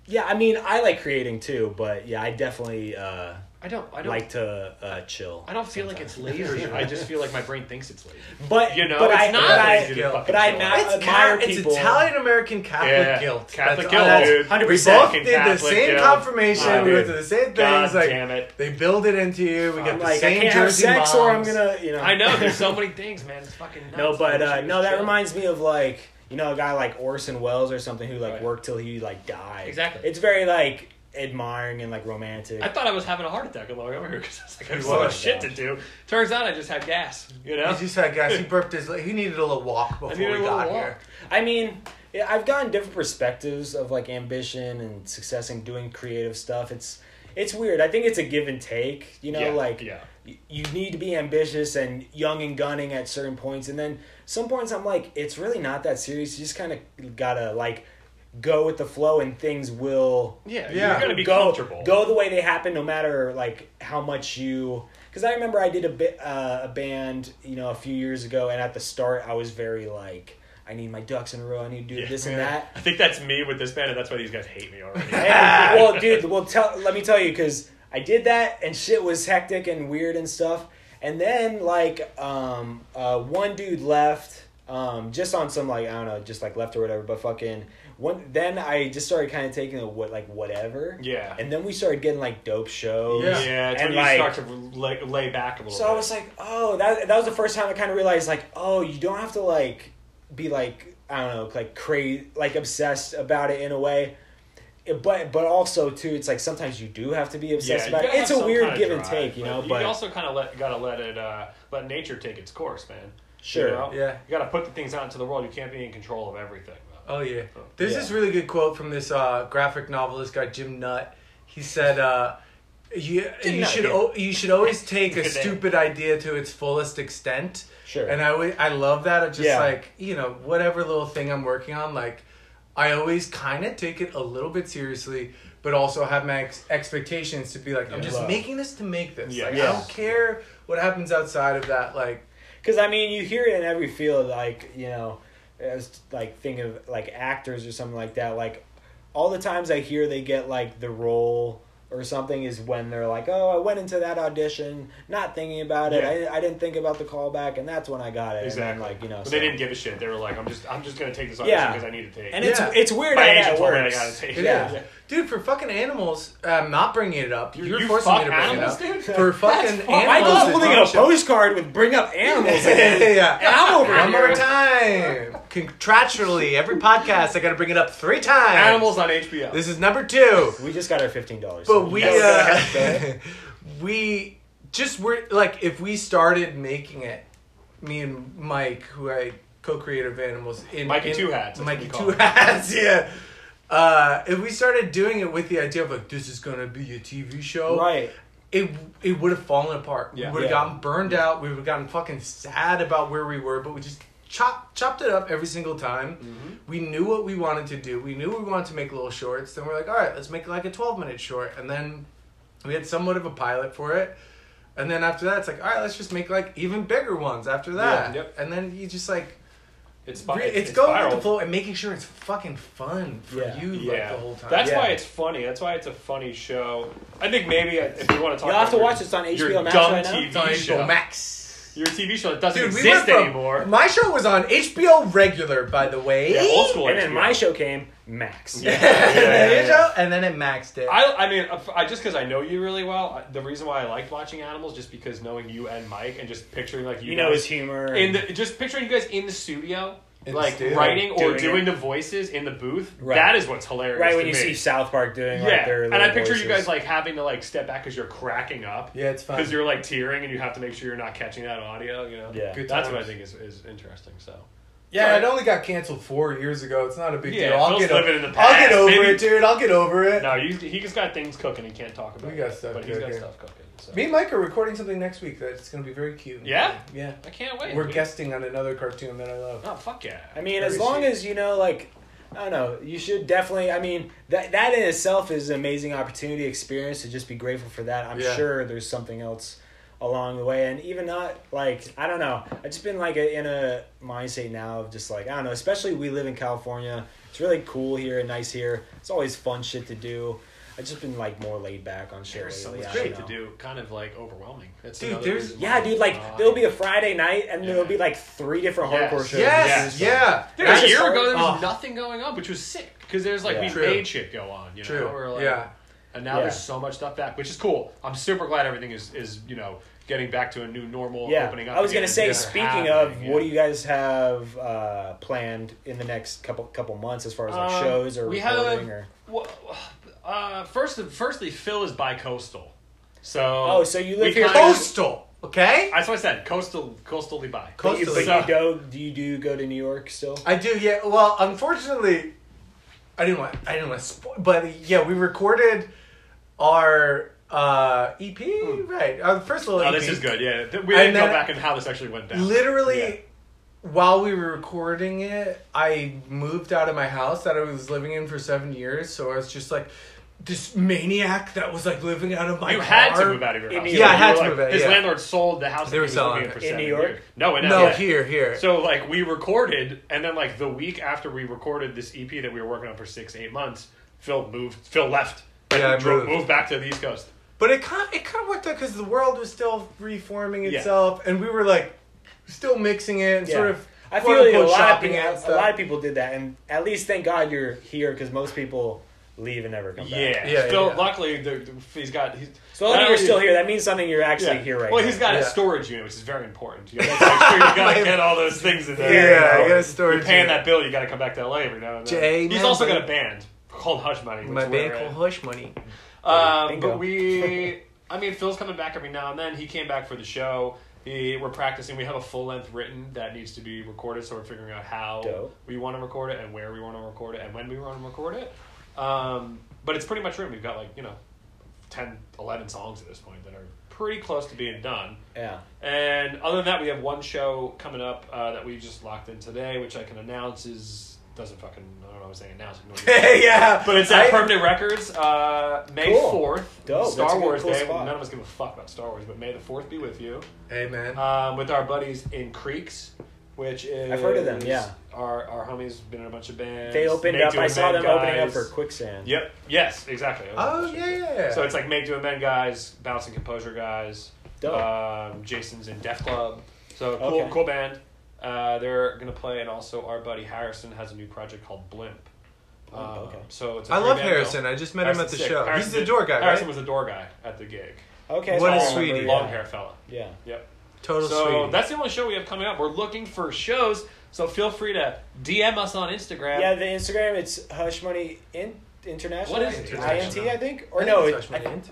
yeah, I mean, I like creating too, but yeah, I definitely uh,
I don't. I don't
like to uh, chill.
I don't feel like it's lazy. <laughs> I just feel like my brain thinks it's lazy.
but
You know,
but
it's
I,
not
but I-
lazy. to
but
fucking
I
chill
now-
out.
it's,
admire
Ca- it's
people.
Italian American Catholic
Yeah.
guilt. That's-
Catholic guilt,
that's-
dude.
We
100%.
both did the
Catholic
same
guilt.
confirmation.
Yeah,
we went
dude.
through the same things.
God
like
damn it.
they build it into you. We
I'm
got the
like, I
same
can't have
jersey
sex or I'm
moms.
gonna, you know.
I
<laughs>
know. There's so many things, man. It's fucking. Nuts.
No, but
I wish I
uh,
could
no, that
chill.
reminds me of like you know a guy like Orson Welles or something who like
Right.
worked till he like died.
Exactly.
It's very like admiring and like romantic.
I thought I was having a heart attack along <laughs> over here because I was like, I have
You
so
were.
much shit to do. Turns out I just had gas. You know.
He just had guys. He burped his. He needed a little walk
I
before
needed a
we
little
got
walk.
here.
I mean, yeah, I've gotten different perspectives of like ambition and success and doing creative stuff. It's it's weird. I think it's a give and take. You know,
Yeah,
like
yeah.
y- you need to be ambitious and young and gunning at certain points, and then some points I'm like, it's really not that serious. You just kind of gotta like go with the flow, and things will.
Yeah.
Yeah.
You're gonna be
go,
comfortable.
Go the way they happen, no matter like how much you. Because I remember I did a bit uh, a band, you know, a few years ago, and at the start I was very like, I need my ducks in a row. I need to do
Yeah.
this and that.
I think that's me with this band, and that's why these guys hate me <laughs> already.
And, well, dude, well, tell let me tell you because I did that and shit was hectic and weird and stuff. And then like um, uh, one dude left um, just on some like I don't know, just like left or whatever. But fucking one, then I just started kind of taking it what like whatever.
Yeah.
And then we started getting like dope shows.
Yeah.
Yeah, it's
And,
when
like-
you start to lay, lay back a little.
So
bit.
I was like, oh, that that was the first time I kind of realized like, oh, you don't have to like be like I don't know, like crazy, like obsessed about it in a way. It- But but also too, it's like sometimes you do have to be obsessed
you
about it.
gotta
It's
have
a
some
weird
kind of
give and
drive,
take, you know.
You
But
also kind of let gotta let it uh, let nature take its course, man.
Sure.
You know?
Yeah.
You gotta put the things out into the world. You can't be in control of everything.
Oh yeah. There's
Yeah.
this really good quote from this uh, graphic novelist guy Jim Nutt. He said, uh, "You you
Nutt,
should
yeah.
o- you should
<laughs>
always take a
Good name.
stupid idea to its fullest extent."
Sure.
And I always- I love that of just
Yeah.
like you know whatever little thing I'm working on like. I always kind of take it a little bit seriously, but also have my ex- expectations to be like, I'm just
Love.
making this to make this.
Yeah.
Like, I
Yeah.
don't care what happens outside of that. Like,
Because I mean, you hear it in every field, like you know, as like think of like actors or something like that. Like all the times I hear they get like the role or something is when they're like, "Oh, I went into that audition not thinking about it.
Yeah.
I, I didn't think about the callback, and that's when I got it." And then,
Exactly.
like you know,
but
so-
they didn't give a shit. They were like, "I'm just, I'm just gonna take this audition
Yeah.
because I need to take."
And
it.
it's
Yeah.
it's weird
my
how
agent
that
told me I
works.
gotta take it.
Yeah.
yeah. Dude, for fucking animals, I'm not bringing it up.
You-
You're,
you
forcing
fuck
me to bring
animals,
it up.
dude?
For fucking
fucked.
Oh, I
animals.
thought
is
holding
not
a
show-
postcard would bring up animals.
yeah,
<laughs>
again.
<laughs> yeah.
And I'm over
One
here.
more time. Contractually, every podcast I got to bring it up three times.
Animals on HBO.
This is number two.
We just got our fifteen dollars.
But we,
Yes,
uh, <laughs> we just were like, if we started making it, me and Mike, who I co-created of Animals, in
Mikey
in-
Two Hats, that's what
Mikey
we call
Two
him.
Hats, <laughs> yeah. Uh, if we started doing it with the idea of like, this is gonna be a TV show,
<laughs> right.
it it would have fallen apart.
Yeah.
We would have
Yeah.
gotten burned out. We would have gotten fucking sad about where we were, but we just chop chopped it up every single time.
Mm-hmm.
We knew what we wanted to do. We knew we wanted to make little shorts. Then we're like, all right, let's make like a twelve minute short, and then we had somewhat of a pilot for it. And then after that, it's like, all right, let's just make like even bigger ones after that.
yep.
And then you just like,
It's,
re-
spi-
it's, going with
spiraled.
the flow and making sure it's fucking fun for
Yeah.
you like
Yeah,
the whole time.
that's
Yeah.
why it's funny. That's why it's a funny show. I think maybe uh, if you want to talk,
You'll have
about
to
your-
watch this on HBO
your
Max
dumb
right now.
TV
It's on
show.
HBO Max.
Your TV show that doesn't
Dude, we went
exist
from,
anymore.
My show was on HBO regular, by the way.
Yeah, old school.
And then
HBO.
my show came Max.
Yeah.
<laughs>
And
yeah,
your
yeah.
show, and then it maxed it.
I, I mean, uh, I just because I know you really well, I, the reason why I liked watching animals just because knowing you and Mike and just picturing like you,
You know
guys
his humor.
in the just picturing you guys in the studio,
In the
like
studio.
writing or
Doing
doing,
it.
the voices in the booth.
Right.
That is what's hilarious.
right when
to
you
me.
see South Park doing
yeah,
like their
and
little
I picture you
voices.
guys like having to like step back because you're cracking up.
yeah, it's fun.
because you're like tearing and you have to make sure you're not catching that audio. You know,
Yeah.
Good
that's what I
times.
think is, is interesting. So
yeah, it only got canceled four years ago. It's not a big
Yeah,
deal. I'll
Phil's
get, o-
living in the
I'll get
past,
over
baby.
it, dude. I'll get over it.
no, you, he just got things cooking. He can't talk about.
We got
it,
stuff
but he's got
cooking.
stuff cooking. So.
Me and Mike are recording something next week that's going to be very cute.
Yeah?
Yeah.
I can't wait.
We're
dude.
guesting on another cartoon that I love.
Oh fuck yeah!
I mean,
Very
as long
sweet.
as you know, like, I don't know, you should definitely. I mean, that that in itself is an amazing opportunity, experience to just be grateful for that. I'm
Yeah.
sure there's something else along the way, and even not like I don't know. I've just been like in a mindset now of just like I don't know. Especially we live in California. It's really cool here and nice here. It's always fun shit to do. I've just been like more laid back on shit.
There's so
lately,
much
I don't
shit to
know.
do. Kind of like overwhelming. That's
Dude,
another
there's-
reason why
Yeah, dude. Like
I-
there'll be a Friday night, and there'll
Yeah.
be like three different
Yes.
hardcore shows.
Yes,
Yes.
yeah.
Dude,
That's
a
just
year
hard-
ago there was
oh.
nothing going on, which was sick because there's like
Yeah.
we
True.
made shit go on. You know,
True.
Or, like,
yeah.
And now
Yeah.
there's so much stuff back, which is cool. I'm super glad everything is is you know getting back to a new normal.
yeah.
opening up.
I was gonna
again.
say,
Things are
speaking of,
happening,
what
yeah.
do you guys have uh, planned in the next couple couple months as far as like
Um,
shows or
we have-
recording or?
Well, uh, first, firstly, Phil is bi-coastal, so
Oh, so you live
we
here-
kinda-
Coastal, okay?
That's what I said. Coastal, coastally bi.
Co-
But you, but
Coastal.
you do do you do go to New York still?
I do, yeah. Well, unfortunately, I didn't want. I didn't want to. Spo- but yeah, we recorded our uh, EP, right? Our first E little.
oh,
EP.
this is good. Yeah, Th- we
And
didn't go
then-
back and how this actually went down.
Literally,
Yeah.
while we were recording it, I moved out of my house that I was living in for seven years. So I was just like this maniac that was like living out of my.
you had
car.
to move out of your
In
house.
New York. Yeah, I
had
You
to
were
move
like-
out,
His
yeah.
landlord sold the house.
They
that
were
he was
selling
living in for
it.
seven
New York?
years. No, in
No,
LA.
here, here.
So like we recorded, and then like the week after we recorded this EP that we were working on for six, eight months, Phil moved. Phil left.
Yeah, I
drove,
moved.
back to the East Coast.
But it kind of, it kind of worked out because the world was still reforming
Yeah.
itself, and we were like still mixing it and
Yeah.
sort of.
I feel
quote,
like a
unquote,
lot of
shopping
people,
it and
a
stuff.
lot of people did that, and at least thank God you're here because most people leave and never come back.
Yeah,
Yeah, yeah,
Phil.
yeah.
Luckily, the, the, he's got. He's,
So luckily
not
you're
only-
still here. That means something. You're actually
Yeah.
here right
well,
now.
he's got a
Yeah.
storage unit, which is very important. You gotta make sure
<laughs>
you gotta get all those things in
Yeah,
there.
yeah, I
you
got a
know.
storage.
You're paying
unit.
that bill, you gotta come back to LA every now and then.
Jay,
he's
man,
also
buddy.
got a band called Hush Money. Which
My
we're
band
in.
called Hush Money.
Um,
Bingo.
but we, I mean, Phil's coming back every now and then. He came back for the show. He, we're practicing. We have a full length written that needs to be recorded, so we're figuring out how
Dope.
we want to record it and where we want to record it and when we want to record it. Um, but it's pretty much written. We've got like you know, 10, 11 songs at this point that are pretty close to being done.
yeah.
And other than that, we have one show coming up uh, that we just locked in today, which I can announce is doesn't fucking. I don't know. what I'm saying now. so ignore me.
yeah,
But it's at
I-
Permanent Records, uh, May
Cool.
fourth,
Dope. That's a
Star
good-
Wars
cool
Day.
spot.
None of us give a fuck about Star Wars, but May the fourth be with you.
Hey man,
Um, with our buddies in Creeks, which is
I've heard of them, yeah.
our our homies been in a bunch of bands.
They opened
Make
up.
Do
I saw them
Amend
opening up
guys.
for Quicksand.
Yep. Yes. Exactly.
oh yeah,
So it's like Make Do Amend guys, Bouncing Composure guys.
Dope.
Um, Jason's in Def Club. So cool,
Okay.
cool band. Uh, they're gonna play, and also our buddy Harrison has a new project called Blimp. Uh,
Oh, okay.
So it's a
I love
three-man
Harrison.
bill.
I just met him at
Harrison's
the
sick.
show.
Harrison
He's the
did-
door guy,
Harrison
right?
was the door guy at the gig.
Okay.
What
so
a
I remember,
sweetie.
yeah.
Long hair fella.
Yeah.
Yep.
Total
So
sweetie.
that's the only show we have coming up. We're looking for shows, so feel free to DM us on Instagram.
Yeah. The Instagram. It's Hush Money In International.
What is
INT?
International?
I think. Or
I think
no.
it's
it-
Hush Money
I-
Int.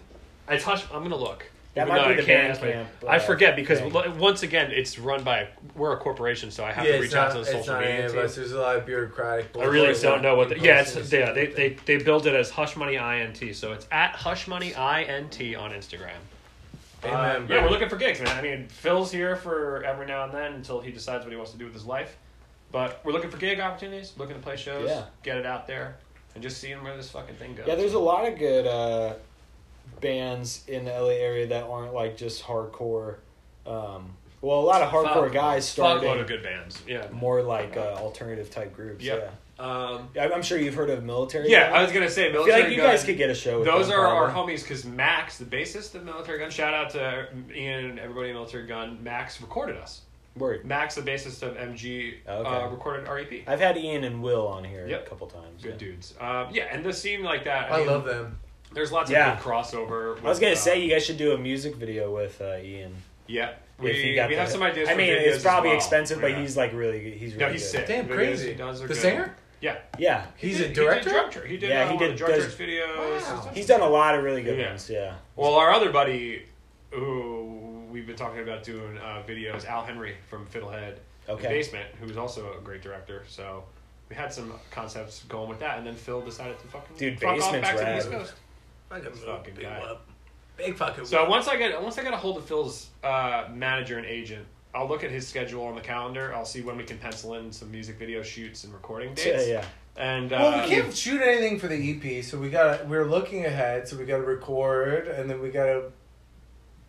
it's hush. I'm gonna look.
That
Even
might
though
be
I
the
can't,
Bandcamp,
but
uh,
I forget because
thing.
lo- once again, it's run by we're a corporation, so I have
yeah,
to
it's
reach
not,
out to the
it's
social
not any
media
of
team.
us. There's a lot of bureaucratic.
I really
bullshit.
don't know what. The,
Posting
yeah, it's
this
yeah.
and
They,
that.
they they build it as Hush Money INT, so it's at Hush Money INT on Instagram.
Amen,
Uh,
bro.
yeah, we're looking for gigs, man. I mean, Phil's here for every now and then until he decides what he wants to do with his life. But we're looking for gig opportunities, looking to play shows,
Yeah.
get it out there, and just seeing where this fucking thing goes.
Yeah, there's a lot of good uh, bands in the LA area that aren't like just hardcore. Um, well, a lot of hardcore
Fuck-
guys
Fuckload of
started
good bands. Yeah.
more like uh, alternative type groups.
Yep. Um,
Yeah, I- I'm sure you've heard of military.
yeah,
Gun.
I was gonna say
I feel
military.
like you
Gun,
guys could get a show. With
Those
them,
are our
probably.
homies because Max, the bassist of Military Gun, shout out to Ian and everybody at Military Gun. Max recorded us.
Word.
Max, the bassist of MG,
Okay.
uh, recorded our EP.
I've had Ian and Will on here
Yep.
a couple times.
Good
yeah.
dudes. Um, yeah, and the scene like that.
I
mean,
love them.
There's lots
Yeah.
of good crossover.
I was
with,
gonna
uh,
say you guys should do a music video with uh, Ian.
Yeah,
if
we,
you got
we
the-
have some ideas.
I
for
mean,
videos
it's
as
probably
well.
expensive, but
Yeah.
he's like really good. He's really
no, he's
good.
sick.
Damn,
Videos
crazy.
he does are
The
good.
singer?
Yeah,
Yeah,
He's
He
a
did- he did
director.
drum church. He did.
Yeah,
uh,
he
one of
did-
the Drug
does-
Church videos.
Wow.
he's done a lot of really good
Yeah.
ones. Yeah.
Well, our other buddy, who we've been talking about doing uh, videos, Al Henry from Fiddlehead and
Okay.
Basement, who's also a great director. So we had some concepts going with that, and then Phil decided to fucking
Dude,
fuck off
Basement's
back to the
rad.
East Coast.
Fucking
Fucking
big
guy.
whoop. Big fucking.
So
whoop.
once I get once I get a hold of Phil's uh, manager and agent, I'll look at his schedule on the calendar. I'll see when we can pencil in some music video shoots and recording
Yeah,
dates.
yeah.
And uh,
Well, we can't shoot anything for the EP, so we got. We're looking ahead, so we got to record, and then we got to.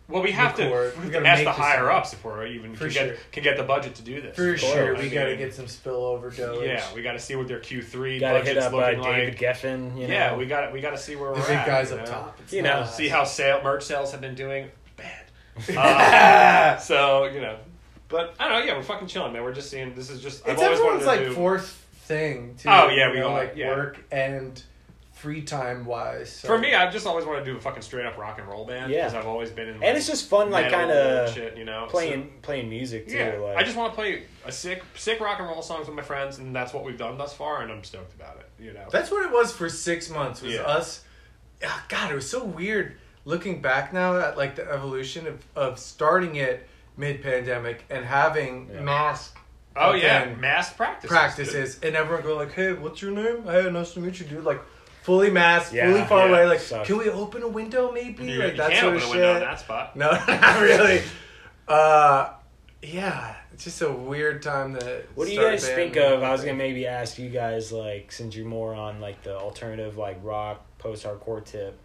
well, we have
record.
to
We
we
gotta
ask
make
the
this
higher
happen.
ups if we're even
For
can,
sure.
get, can get the budget to do this.
For sure,
I
we
mean,
got to get some spillover dough.
Yeah, we got to see what their Q three
Gotta hit
budget's
up uh,
looking like.
David Geffen. You know.
yeah, we got we got to see where
the
we're
big
at,
guys
you
up
know?
top. It's
You know,
not-
See how sale merch sales have been doing.
<laughs>
Bad. Uh, so you know, but I don't know. Yeah, we're fucking chilling, man. We're just seeing. This is just. I've
It's
always wanted
everyone's
to
like
do-
fourth thing too.
Oh, yeah,
you
we
know,
all-
like
yeah.
work and free time wise. So.
For me, I've just always wanted to do a fucking straight up rock and roll band.
Yeah.
because I've always been in. Like,
and it's just fun, like
metal
kind of
shit, you know,
playing playing music
So,
too.
yeah,
like,
I just want to play a sick, sick rock and roll songs with my friends, and that's what we've done thus far, and I'm stoked about it. You know,
That's what it was for six months. Was
Yeah.
us. ah, God, it was so weird looking back now at like the evolution of, of starting it mid pandemic and having
Yeah.
mass
oh yeah,
fucking
mass practices,
practices and everyone go like, "Hey, what's your name? Hey, nice to meet you, dude." Like. Fully masked,
Yeah,
fully far
yeah,
away. Like,
sucks.
can we open a window, maybe?
You,
like
you
that
can't
sort of
open a
shit.
window in that spot.
<laughs> No, not really. Uh, yeah, it's just a weird time to.
What do you
start
guys
a band
think
and
of? uh, I was gonna
everything.
maybe ask you guys like since you're more on like the alternative like rock post hardcore tip.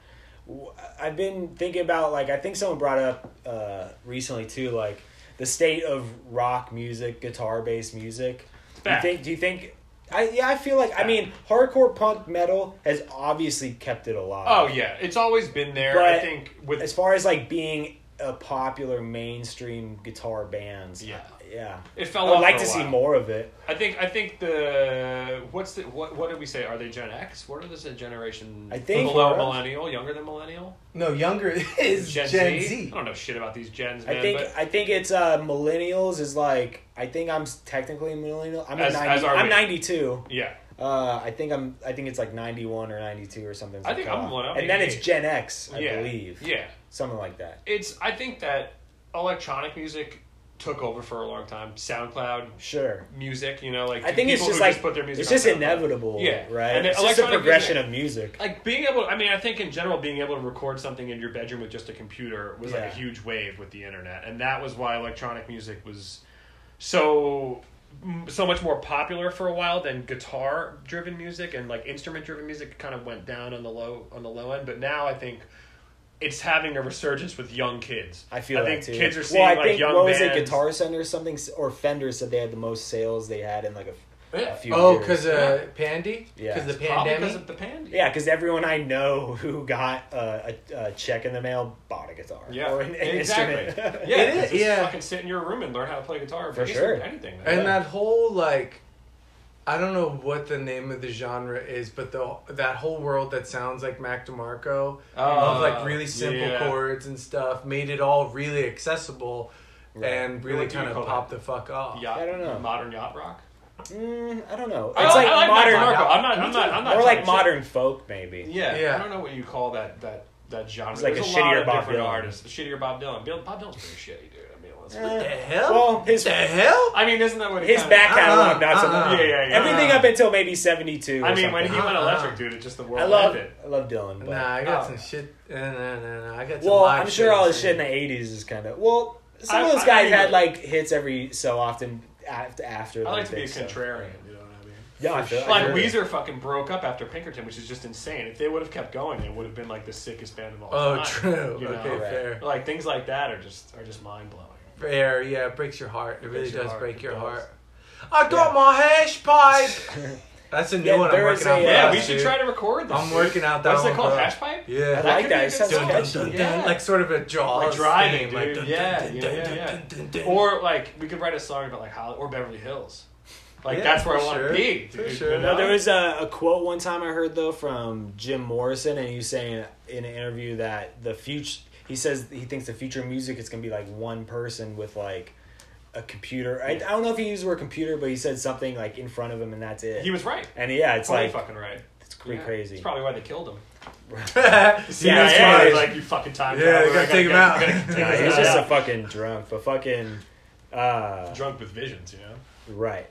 W- I've been thinking about like I think someone brought up uh, recently too like the state of rock music, guitar based music. Do you
back.
think? Do you think? I yeah, I feel like I mean hardcore punk metal has obviously kept it alive.
Oh yeah, it's always been there. I
But
think with
As far as like being a popular mainstream guitar bands,
Yeah.
yeah.
it
I
fell.
would
off
like to
for a
see
while.
more of it.
I think I think the what's the what what did we say? Are they Gen X? What is the generation?
I think-
below millennial, younger than millennial.
No, younger <laughs> is Gen, Z.
I don't know shit about these gens, man.
I think
but
I think it's uh millennials is like I think I'm s- technically a millennial. I'm a
As-
90,
as are
I'm
we.
92.
yeah,
Uh, I think I'm I think it's like 91 or 92 or something.
I think I'm one, I'm
And then it's
88.
Gen X, I
yeah,
believe.
yeah.
Something like that.
It's I think that electronic music took over for a long time. SoundCloud
Sure.
music, you know, like
I think it's
people
just
who
like
put their music.
it's
on
just
SoundCloud.
inevitable,
Yeah.
right?
And
it's just a
electronic
progression
music-
of music.
Like being able, I mean, I think in general, being able to record something in your bedroom with just a computer was like
Yeah.
a huge wave with the internet, and that was why electronic music was so m- so much more popular for a while than guitar driven music and like instrument driven music kind of went down on the low on the low end but now i think it's having a resurgence with young kids
I feel
i
that
think
too.
kids are
Well,
seeing
I
like
think,
young
what was
bands
it, Guitar Center or something, s- or Fender said they had the most sales they had in like a, a few.
oh,
years.
because uh, Pandy?
Yeah.
Because the
Probably
pandemic?
because of the pandemic
Yeah, because everyone I know who got uh, a, a check in the mail bought a guitar
yeah,
or an, an
exactly.
instrument.
Yeah,
It is,
just
yeah.
Fucking sit in your room and learn how to play guitar
For
bass,
sure.
Anything.
And that whole like, I don't know what the name of the genre is, but the that whole world that sounds like Mac DeMarco of
Uh,
like really simple
yeah.
chords and stuff made it all really accessible and really
What do you
kind of
call
popped the fuck off.
yacht,
I don't know.
Modern yacht rock.
Mm, <laughs> I don't know. It's
I
like,
I like
modern,
Mac DeMarco.
rock.
I'm not. I'm not. I'm not.
or like
talking shit.
modern folk maybe.
Yeah,
Yeah.
I don't know what you call that that that genre.
It's like
There's
a
lot
shittier
of
Bob
different
Dylan.
artists. Shittier Bob Dylan. Bill, Bob Dylan's pretty shitty, dude. I mean, let's.
The
Eh,
hell?
Well, his
the hell?
I mean, isn't that what it
his
kinda-
back catalog
Uh-uh,
not so
uh-uh.
much.
Uh-huh. Yeah, yeah, yeah.
Everything
Uh-uh.
up until maybe seventy two.
I mean, when he went
Uh-uh.
electric, dude, it's just the world.
I love
ended.
I love Dylan. But,
Nah, I got
Oh.
some shit. Nah, nah, nah, nah. I got some
well,
live
I'm sure all
to
his
say.
shit in the eighties is kind of well. Some
I-
of those
I
guys
mean,
had
like-
like hits every so often after after.
I like
the
to be a
big stuff.
contrarian. You know what I mean?
Yeah, I feel, I
Like
feel it.
Weezer fucking broke up after Pinkerton, which is just insane. If they would have kept going, they would have been like the sickest band of all
Oh,
time.
true.
You know?
okay,
Right.
fair.
Like things like that are just are just mind blowing.
Fair, yeah. It breaks your heart. It, really
breaks your
does
heart,
break
it
your
does.
heart. I got my hash <laughs> pipe. That's a new
Yeah,
one I'm
there
working
is
out.
a,
for
Yeah,
Yeah,
us,
we should
dude.
try to record this.
I'm
dude.
working out that
What's
one
it called?
for-
Hashpipe?
I
Yeah.
like that.
could be a
It
good
sounds
dun,
song.
dun,
catchy.
dun,
Yeah.
dun, like sort of a jaw
Like driving,
theme, like
dude.
dun,
yeah,
dun,
yeah,
dun,
yeah,
dun,
yeah.
dun, dun, dun. <laughs>
Or like we could write a song about like Holly or Beverly Hills. Like
Yeah,
that's where I
for
want to
sure.
be.
For
dude,
sure.
you
No,
know?
there was a, a quote one time I heard though from Jim Morrison, and he was saying in an interview that the future. He says he thinks the future of music is gonna be like one person with like a computer. I, I don't know if he used the word computer, but he said something like in front of him, and that's it.
He was right.
and yeah, it's
Totally
like
fucking right.
it's pretty
Yeah.
crazy.
It's probably why they killed him.
<laughs>
The
yeah,
CIA
that's
yeah,
right.
like you fucking time.
Yeah,
traveler,
they gotta
I
take him
get-
out. <laughs>
I gotta take
Nah,
this
he's
guy
just a
out.
fucking drunk, but fucking uh,
drunk with visions, you know.
right.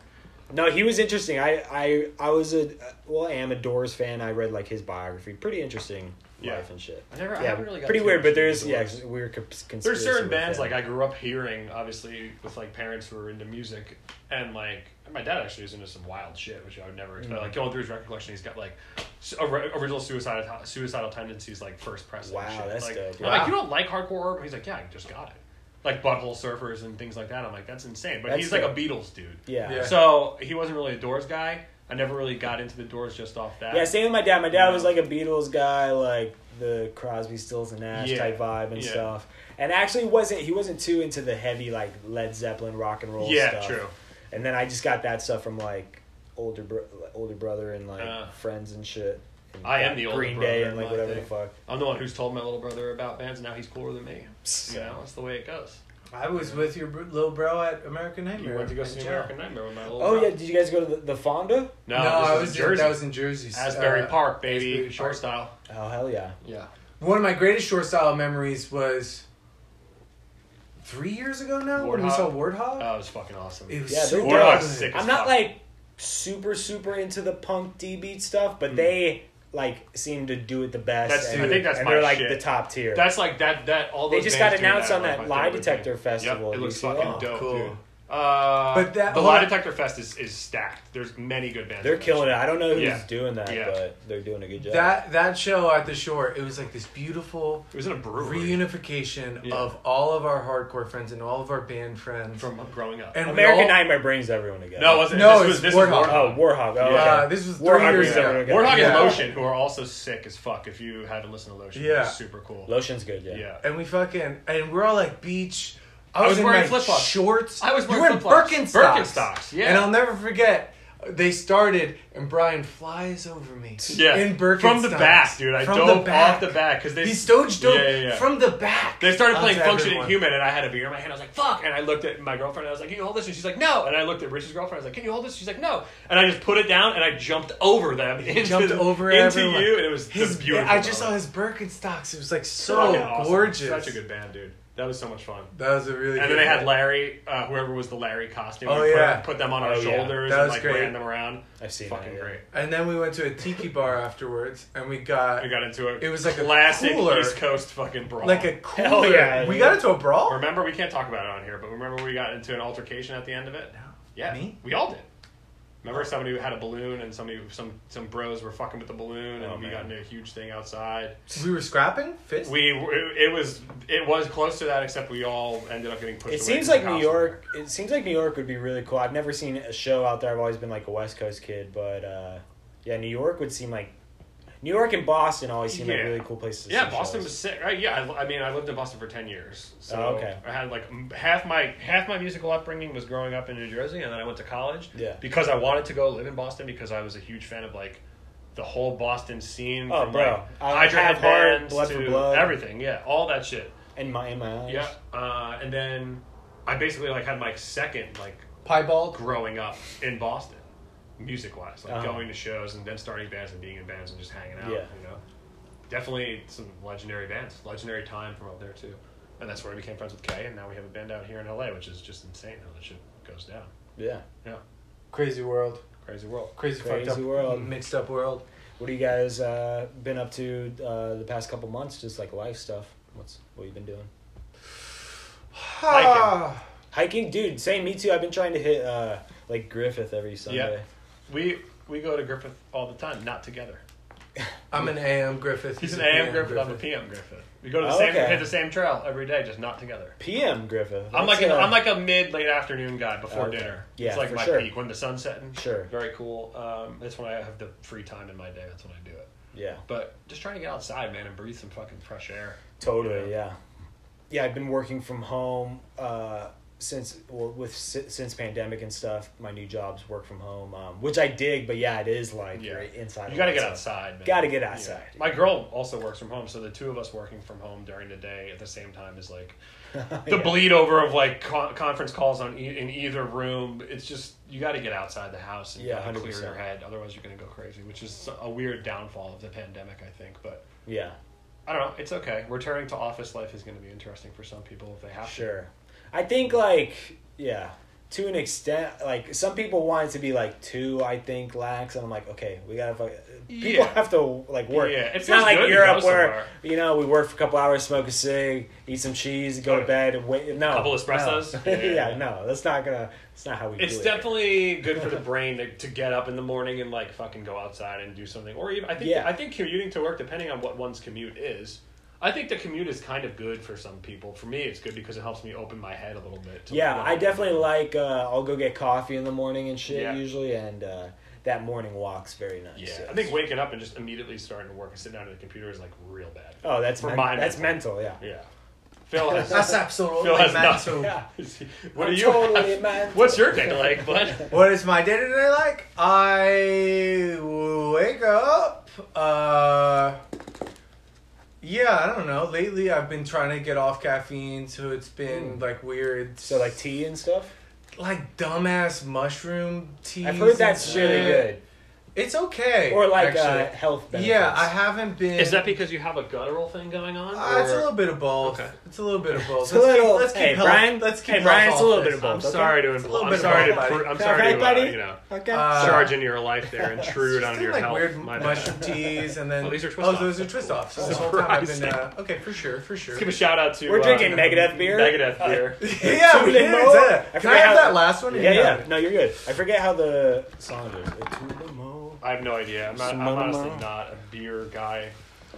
No, he was interesting. I I I was a well, I am a Doors fan. I read like his biography, pretty interesting
Yeah.
life and shit.
I never, I
yeah,
haven't really got
pretty
too
weird,
much
but
into
there's
the
yeah,
Doors.
weird co- conspiracy.
there's certain
with
bands
them.
like I grew up hearing, obviously, with like parents who were into music, and like my dad actually is into some wild shit, which I would never
Mm.
expect. Like going through his record collection, he's got like s- ori- original suicidal suicidal tendencies, like first press.
Wow,
and shit.
that's
like,
dope.
I'm like
Wow.
you don't like hardcore, but he's like, yeah, I just got it. Like butthole surfers and things like that. I'm like, that's insane. But
That's
he's
dope.
like a Beatles dude.
yeah.
Yeah.
yeah.
So he wasn't really a Doors guy. I never really got into the Doors just off that.
same with my dad. My dad was like a Beatles guy, like the Crosby, Stills, and Nash
Yeah.
type vibe and
Yeah.
stuff. And actually, wasn't he wasn't too into the heavy like Led Zeppelin rock and roll?
yeah,
stuff.
true.
And then I just got that stuff from like older bro- older brother and like
Uh.
friends and shit. And
I am the older
Green
brother
Day
in
and like
my
whatever the
thing.
fuck.
I'm the one who's told my little brother about bands, and now he's cooler than me.
Psst.
You know, that's the way it goes.
I was with your br- little bro at American Nightmare.
You went to go
at
see
Jack.
American Nightmare with my little
Oh
bro.
yeah, did you guys go to the, the Fonda?
No,
No,
this
I
is
was
in Jersey.
in, that was in Jersey.
Asbury
uh,
Park, baby.
Asbury
Short
Park.
style.
Oh hell yeah!
Yeah.
One of my greatest short style memories was three years ago now when we
Warthog.
saw Warthog. Uh,
That was fucking awesome.
it was
Yeah,
so
they're
good.
dope. Sick as
I'm not
fuck.
like super super into the punk D beat stuff,
Hmm.
but they like seem to do it the best.
That's-
and,
I think
that's
and
my
they're like
shit.
the top tier.
That's like that. That all
They
those
just
bands
got
doing
announced
that
on
are, like,
that
my
Lie
favorite
Detector
thing.
Festival.
Yep, it
Did
looks
you see
fucking
that?
dope,
Cool.
dude. Uh,
But that-
the
hold
Lie
on.
Detector Fest is, is stacked. There's many good bands.
they're
on that
killing it.
shit.
I don't know who's
Yeah.
doing that,
Yeah.
but they're doing a good job.
That that show at the shore, it was like this beautiful
It was in a brewery
reunification
Yeah.
of all of our hardcore friends and all of our band friends.
from growing up.
and we
American
all-
Nightmare brings everyone together.
no, it wasn't.
No,
this was
it's
this
Warthog.
was
Oh,
Warthog.
Warhog. Oh,
Yeah.
okay.
Uh, this was three
Warhog
years
brings
ago.
everyone together.
Warthog
Yeah.
and Lotion, who are also sick as fuck. If you haven't listened to Lotion,
Yeah.
it's super cool.
Lotion's good, yeah.
Yeah.
And we fucking and we're all like beach.
I was
in
wearing
my
flip-flops.
Shorts.
I was
you
wearing
were in
flip-flops.
Birkenstocks.
Birkenstocks, yeah.
And I'll never forget. They started and Brian flies over me.
Yeah.
In Birkenstocks.
From the back, dude. I
From
dove
the back.
off the back because they
He stooge dove
Yeah, yeah, yeah.
from the back.
They started
onto
playing Functioning
everyone.
Human, and I had a beer in my hand. I was like, "Fuck!" And I looked at my girlfriend, and I was like, "Can you hold this?" And she's like, "No." And I looked at Rich's girlfriend. I was like, "Can you hold this?" She's like, "No." And I just put it down, and I jumped over them.
He
into
jumped
the-
over
into
everyone.
you, and it was the
his.
beautiful.
I just saw
moment.
his Birkenstocks. It was like so
Fucking awesome.
gorgeous.
Such a good band, dude. That was so much fun.
That was a really. good
And then they had
one.
Larry, uh, whoever was the Larry costume.
Oh,
we put-
yeah.
put, them on our
Oh, yeah.
shoulders
That
and
was
like
great.
ran them around.
I've seen
Fucking
that, yeah.
great.
And then we went to a tiki bar afterwards, and we got
I got into a
It was like a
classic
cooler-
East Coast fucking brawl.
like a
Hell
cooler.
yeah,
we
yeah.
got into a brawl.
Remember, we can't talk about it on here, but remember we got into an altercation at the end of it? Yeah,
Me?
we all did. Remember, somebody had a balloon and somebody, some some bros were fucking with the balloon, and
Oh,
we
man.
got into a huge thing outside.
We were scrapping fist.
We it, it was it was close to that, except we all ended up getting pushed. away
It seems
from
like
the
New
house.
York. It seems like New York would be really cool. I've never seen a show out there. I've always been like a West Coast kid, but uh, yeah, New York would seem like New York and Boston always seem like
Yeah.
really cool places. To
Yeah,
see
Boston
shows.
was sick. Right? Yeah, I, I mean, I lived in Boston for ten years, so
Oh, okay.
I had like m- half my half my musical upbringing was growing up in New Jersey, and then I went to college.
Yeah.
because I wanted to go live in Boston because I was a huge fan of like the whole Boston scene.
Oh,
from,
bro.
like,
I-
Hydra
Have
Head
Heart,
Bands
Blood
to
for Blood.
everything. Yeah, all that shit.
and my in my eyes.
Yeah, uh, and then I basically like had my second like
Piebald.
growing up in Boston, music wise, like
Uh-huh.
going to shows and then starting bands and being in bands and just hanging out.
Yeah.
You know, definitely some legendary bands, legendary time from up there too, and that's where I became friends with Kay, and now we have a band out here in LA, which is just insane how that shit goes down.
yeah.
Yeah,
Crazy world.
crazy world.
Crazy,
Crazy
fucked up
world.
Mixed up world.
What do you guys uh, been up to uh, the past couple months? Just like life stuff. What's what you been doing?
Ah.
Hiking, dude. Same. Me too. I've been trying to hit uh, like Griffith every Sunday.
We we go to Griffith all the time, not together.
I'm an AM Griffith.
He's an
a
AM
PM
Griffith, I'm a PM Griffith. We go to the
Oh,
same
okay.
hit the same trail every day, just not together.
PM Griffith. That's,
I'm like an,
uh,
I'm like a mid late afternoon guy before
Okay.
dinner.
Yeah,
it's like
for
my
sure.
peak when the sun's setting.
Sure.
very cool. Um, that's when I have the free time in my day. That's when I do it.
yeah.
But just trying to get outside, man, and breathe some fucking fresh air.
Totally, yeah. Yeah, I've been working from home uh, since well, with si- since pandemic and stuff. My new job's work from home, um, which I dig, but yeah, it is like
Yeah.
you're inside.
You got to get
outside.
outside. man.
Gotta get
Yeah.
outside.
My girl also works from home, so the two of us working from home during the day at the same time
<laughs>
is like the
Oh, Yeah.
bleed over of like con- conference calls on e- in either room. It's just you got to get outside the house and
Yeah,
kinda clear
100%.
your head. Otherwise, you're gonna go crazy, which is a weird downfall of the pandemic, I think. But
Yeah,
I don't know. It's okay. Returning to office life is going to be interesting for some people if they have to.
sure. I think like yeah, to an extent, like some people want it to be like two. I think lax, and I'm like, okay, we gotta. Fuck, people
Yeah.
have to like work.
Yeah, it
it's
feels
not like
good to
Europe
go
where
somewhere.
you know we work for a couple hours, smoke a cig, eat some cheese, go to
Oh,
bed, and wait. No,
couple
no. <laughs>
espressos?
yeah,
Yeah.
no, that's not gonna. That's not how we.
It's
do it.
definitely good for the brain to, to get up in the morning and like fucking go outside and do something. Or even I think
Yeah.
I think commuting to work, depending on what one's commute is, I think the commute is kind of good for some people. For me, it's good because it helps me open my head a little bit. to
Yeah,
what
I
I'm
definitely
doing.
like. Uh, I'll go get coffee in the morning and shit
Yeah.
usually, and uh, that morning walk's very nice.
Yeah,
yes.
I think waking up and just immediately starting to work and sitting down at the computer is like real bad.
Oh, that's
for
men-
my
that's
mental.
mental. Yeah.
Yeah,
<laughs>
Phil has.
That's absolutely
Phil has
mental.
nothing.
Yeah.
<laughs> what
I'm
are you?
totally mental.
what's your day like, bud?
What is my day to day like? I wake up. Uh, yeah, I don't know. Lately, I've been trying to get off caffeine, so it's been like weird.
Hmm. So like tea and stuff.
like dumbass mushroom tea.
I've heard that's really good.
It's okay.
Or like uh,
actually.
health benefits.
yeah, I haven't been.
Is that because you have a guttural thing going on?
Uh, it's a
or-
little bit of both.
Okay.
It's a little bit of both.
It's a little.
Keep, let's keep
hey,
health-
Brian.
Let's keep
hey, Brian.
health
It's a little
off
bit
this.
of
I'm
both. okay?
sorry to
little
impl-
bit
I'm
of
sorry to
both.
pr- I'm
Okay,
sorry to uh,
buddy?
you know
Okay.
Uh,
charge into your life <laughs> there, intrude
Just
on
do,
your
like
health.
weird
My bad.
mushroom teas, and then
<laughs> Oh, these are twist
oh,
offs.
those are
That's
twist
cool.
offs. This
<laughs>
whole time I've been uh,
Surprising.
okay for sure, for sure. <laughs>
Let's give a shout out to.
We're
uh,
drinking Megadeth beer.
Megadeth beer.
yeah, we
Tuna
did.
Mo.
yeah.
I
Can I
forget how-
have that last one?
Yeah, yeah. No, you're good. I forget how the song goes. Mo.
<laughs> I have no idea. I'm, not, I'm
Smell 'em
honestly
out.
not a beer guy.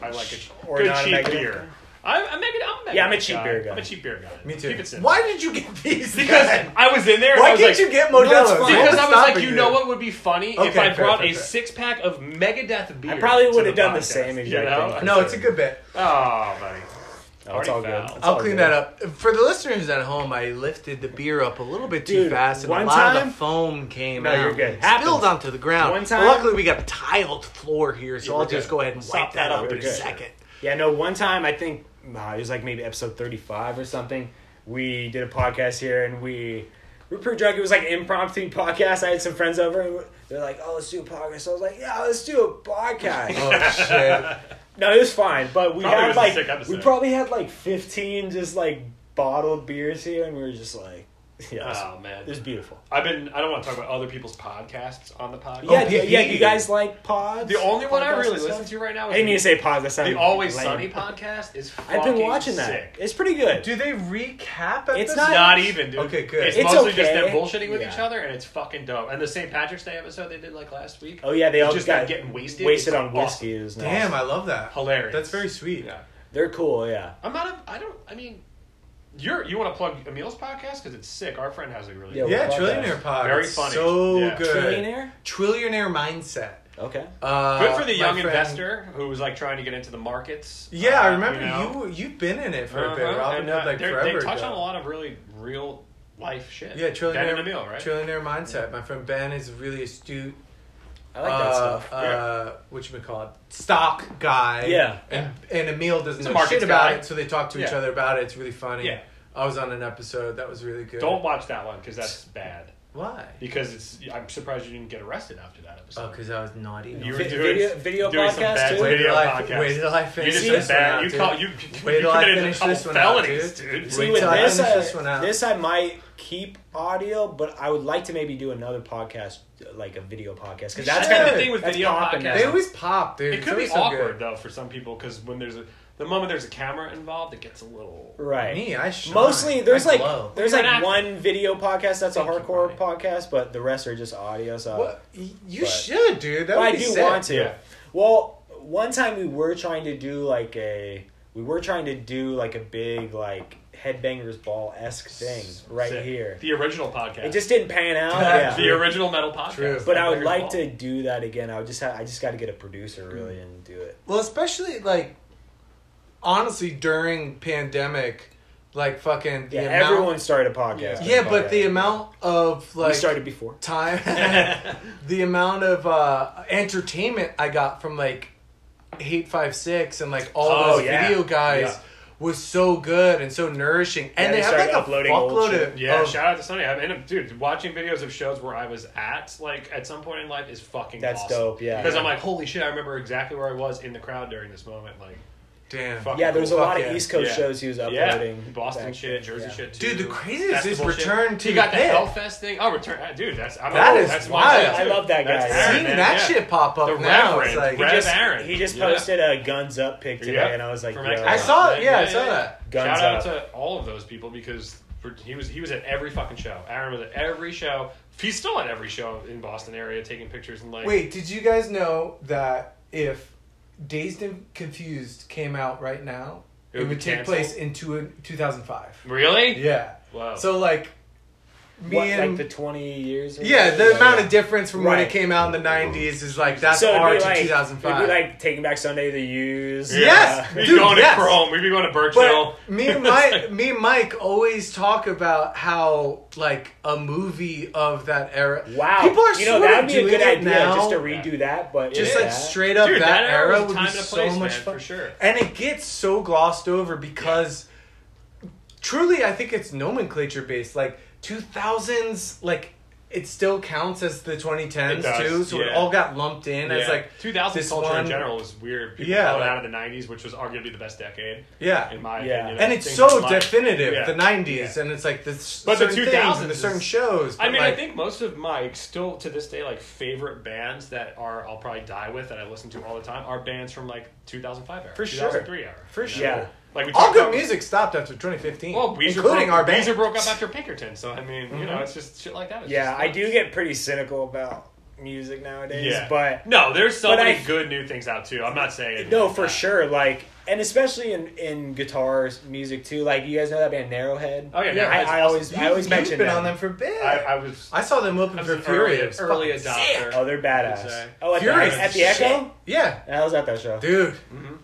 I like a
Or
good
not a
cheap
Megadeth guy?
beer. I'm, I'm, Megadeth, I'm a
Yeah, I'm a
Megadeth
cheap beer guy.
I'm a cheap beer guy.
Me too.
Keep it simple.
Why did you get these?
<laughs> Because
guys?
I was in there. and
why
I was
can't
like,
you get
that's
Modelo?
fine.
Because I was like, you
stopping
know what would be funny if
Okay, fair,
I brought
fair,
a
fair.
six pack of Megadeth beer.
I probably
to
would've done the
podcast,
same exact
you know?
thing.
No, it's a good bet.
Oh, buddy.
Oh, it's
Already
all good.
fouled.
It's
I'll
all
clean
good.
that up for the listeners at home. I lifted the beer up a little bit too
Dude,
fast, and
one
a lot of
time-
the foam came
No,
out.
you're good.
It
Happens.
Spilled onto the ground.
One
But
time-
luckily, we got a tiled floor here, so
Yeah, we're
I'll just
good.
go ahead and
Sop
wipe that
that up,
up
we're
in a
good.
second.
Yeah, no, one time I think uh, it was like maybe episode 35 or something. We did a podcast here and we we were pretty drunk. It was like impromptu podcast. I had some friends over and they're like, oh, let's do a podcast. I was like, yeah, let's do a
<laughs>
podcast.
Oh shit!
no, it was fine, but we
Probably
had
was a
like,
sick episode.
we probably had like <laughs> 15 just like bottled beers here and we were just like, Yes.
Oh man,
It was beautiful.
I've been. I don't want to talk about other people's podcasts on the podcast.
Yeah, do-
OPP.
yeah. You guys like pods?
The only one I
Podcasts
really
and stuff?
listen to right now
I
is
didn't mean to say pods. That sounded
the Always
lame.
Sunny podcast. Is
I've been watching that. It's pretty good.
Do they recap? At
It's
this?
not-
Not even, dude.
Okay, good.
It's,
It's
mostly
okay.
just them bullshitting with
Yeah.
each other, and it's fucking dope. And the St. Patrick's Day episode they did like last week.
oh yeah, they all
just
got
them getting wasted.
wasted
It's
on
awesome.
whiskey. Is
Damn,
nice.
I love that.
Hilarious.
That's very sweet.
Yeah.
they're cool. Yeah.
I'm not. A, I don't. I mean, you're. You want to plug Emil's podcast because it's sick. Our friend has a really.
Yeah,
good
Yeah,
Love
trillionaire
that.
pod.
Very
It's
funny.
So
Yeah.
good.
Trillionaire.
Trillionaire mindset.
Okay.
Uh,
Good for the
my
young
friend-
investor who was like trying to get into the markets.
Yeah,
uh,
I remember you,
know?
you have been in it for a bit.
Uh-huh,
Robin
and,
Hood,
uh,
like
they're-
forever.
They touch
ago.
on a lot of really real life shit.
Yeah, trillionaire.
Ben and Emil, right?
Trillionaire mindset. My friend Ben is really astute.
I like that
uh,
stuff.
Uh, what you call it? Stock guy.
Yeah.
And and Emil doesn't
He's a
know
markets
shit about
guy.
it, so they talk to each
Yeah.
other about it. It's really funny.
Yeah.
I was on an episode that was really good.
Don't watch that one because that's bad.
why?
Because it's. I'm surprised you didn't get arrested after that episode.
Oh, because I was naughty.
You were
Vi-
doing,
video- video
doing some
podcast,
bad
too?
Wait
video
till I-
podcasts.
wait till I finish
you did
this
some
one
bad.
out,
you
dude.
call you. <laughs>
Wait
you
till I
committed a
finish
couple
this one out,
felonies,
dude.
dude.
See,
wait
with
till I
this,
finish
I,
this one out.
this I might keep audio, but I would like to maybe do another podcast, uh, like a video podcast, because
You
that's
should.
kind
That's
of
the
thing with video podcasts.
They always pop, dude.
It
It's
could be
always so good.
awkward though for some people because when there's a the moment there's a camera involved, it gets a little.
right.
Me, I shine.
Mostly, there's
I
like
glow.
there's
You're
like
an actor.
one video podcast that's a
Thank you,
hardcore
Brian.
podcast, but the rest are just audio. So
What? You
But-
should, dude. That
But
would
I
be
do
sick.
want to.
Yeah.
Well, one time we were trying to do like a we were trying to do like a big like headbangers ball esque thing right
Sick.
here.
The original podcast.
It just didn't pan out.
Yeah.
the
yeah.
original metal podcast.
True.
But I would
Headbangers
like
Ball.
to do that again. I would just ha- I just got to get a producer really and do it.
Well, especially like honestly during pandemic, like fucking the
Yeah,
amount.
everyone started a podcast.
yeah, but the
Yeah.
amount of like
we started before. <laughs>
time, <laughs> the amount of uh, entertainment I got from like eight five six and like all
Oh,
those
yeah.
video guys.
Yeah.
Was so good and so nourishing,
Yeah,
and they,
they
have
started
like a
uploading old
fuckload
shit.
of
Yeah,
of-
shout out to Sunny. I mean, dude, watching videos of shows where I was at, like at some point in life, is fucking.
That's dope, yeah.
Because I'm like, holy shit, I remember exactly where I was in the crowd during this moment. Like,
damn.
Oh, Fuck.
Yeah, there was a
Fuck
lot
yeah.
of East Coast
Yeah.
shows he was uploading.
yeah, Boston
back-
shit, Jersey
yeah.
shit too.
Dude, the craziest is
Festival shit.
Return to
You got
the
the
Pit.
Hellfest thing. Oh, return, ah, dude. That's I'm
That
all-
is
that's
wild.
My
I love that
That's
guy.
Aaron,
Seeing
man,
that
yeah.
shit pop up
The
now,
Reverend,
it's like
Rev
He just,
Aaron.
he just
Yeah.
posted a Guns Up pic today,
Yeah.
and I was like,
From
yo.
Exile.
I saw it, yeah, I saw that.
Guns
Shout out
up.
to all of those people because for- he was he was at every fucking show. Aaron was at every show. He's still at every show in Boston area taking pictures and like.
Wait, did you guys know that if Dazed and Confused came out right now,
It
it,
would
would,
be
take
canceled?
place in two, 2005?
really?
Yeah.
Wow.
So, like, me
What,
and.
like the 20 years? Or
yeah, the
whatever?
amount of difference from when
Right.
it came out in the 90s is like, that's
So
our
it'd
to
be, like, it'd
2005.
be like Taking Back Sunday, The Use.
Yes!
Yeah.
We'd be
Dude,
going
yes.
to Chrome. We'd be going to Birchill.
but me
<laughs>
and Mike, me and Mike always talk about how like a movie of that era.
Wow.
people are
you know,
sort
that
of
would be a
doing
good
it
idea
now.
just to redo that, but
just
yeah.
like straight up
Dude,
that,
that era
era,
was
would
time
be
and a
so
place,
much
man,
fun
for sure.
and it gets so glossed over because truly i think it's nomenclature based like 2000s like it still counts as the 2010s
It does,
too so it
yeah.
all got lumped in as
Yeah.
like
2000
this
culture
one-
in general was weird. People
Yeah,
call it
like-
out of the 90s, which was arguably the best decade
yeah
in my
Yeah.
opinion. of
and it's
things
so
in life.
definitive
Yeah.
the 90s and it's like this
But the
certain things and the
2000s
certain
is-
shows
I
but,
mean, I
like,
think most of my still to this day like favorite bands that are I'll probably die with that I listen to all the time are bands from like 2005 era,
For sure.
2003 era,
For
you know?
Yeah.
Like we
all
talked
good
about-
music stopped after 2015
Well, Weezer
including
broke,
our band
Weezer broke up after Pinkerton, so I mean, you know, it's just shit like that. It's
Yeah,
just-
I do get pretty cynical about music nowadays,
Yeah.
but
no, there's so
but
many
I-
good new things out too. I'm not saying
no,
like
for
that.
sure. Like, and especially in in guitars music too. Like, you guys know that band Narrowhead.
Oh, yeah, Narrowhead's
I, I always I always
You've
mention
been
them.
on them for a bit
I, I was
I saw them open
I was
for
an early,
Furious.
early
Fucking sick.
adopter.
Oh, they're badass.
Exactly.
Oh, at the,
Furious
at the
is
Echo.
Yeah,
I was at that show.
dude.
Mm-hmm.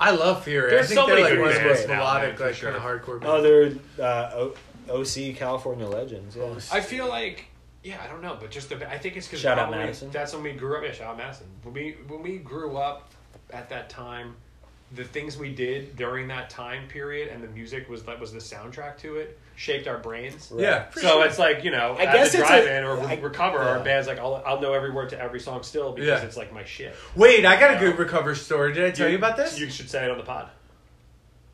I love Fury.
There's
I think
so
they're
many
like
good
one of the most
bands now, man,
melodic,
for
like
sure.
kind of hardcore.
Oh,
bands.
they're uh, o- OC California Legends. Yeah.
I feel like yeah, I don't know, but just the, I think it's because
Shout out Madison.
That's when we grew up. Yeah, shout out Madison. When we when we grew up at that time, the things we did during that time period and the music was that was the soundtrack to it shaped our brains.
Right.
yeah. for
So
sure.
it's like you know,
I
at
guess
the
it's
drive-in
a-
or
I-
recover, our
yeah.
bands like I'll, I'll know every word to every song still because
Yeah.
it's like my shit.
wait, I got a good recover story. Did I tell you, about this?
You should say it on the pod.
I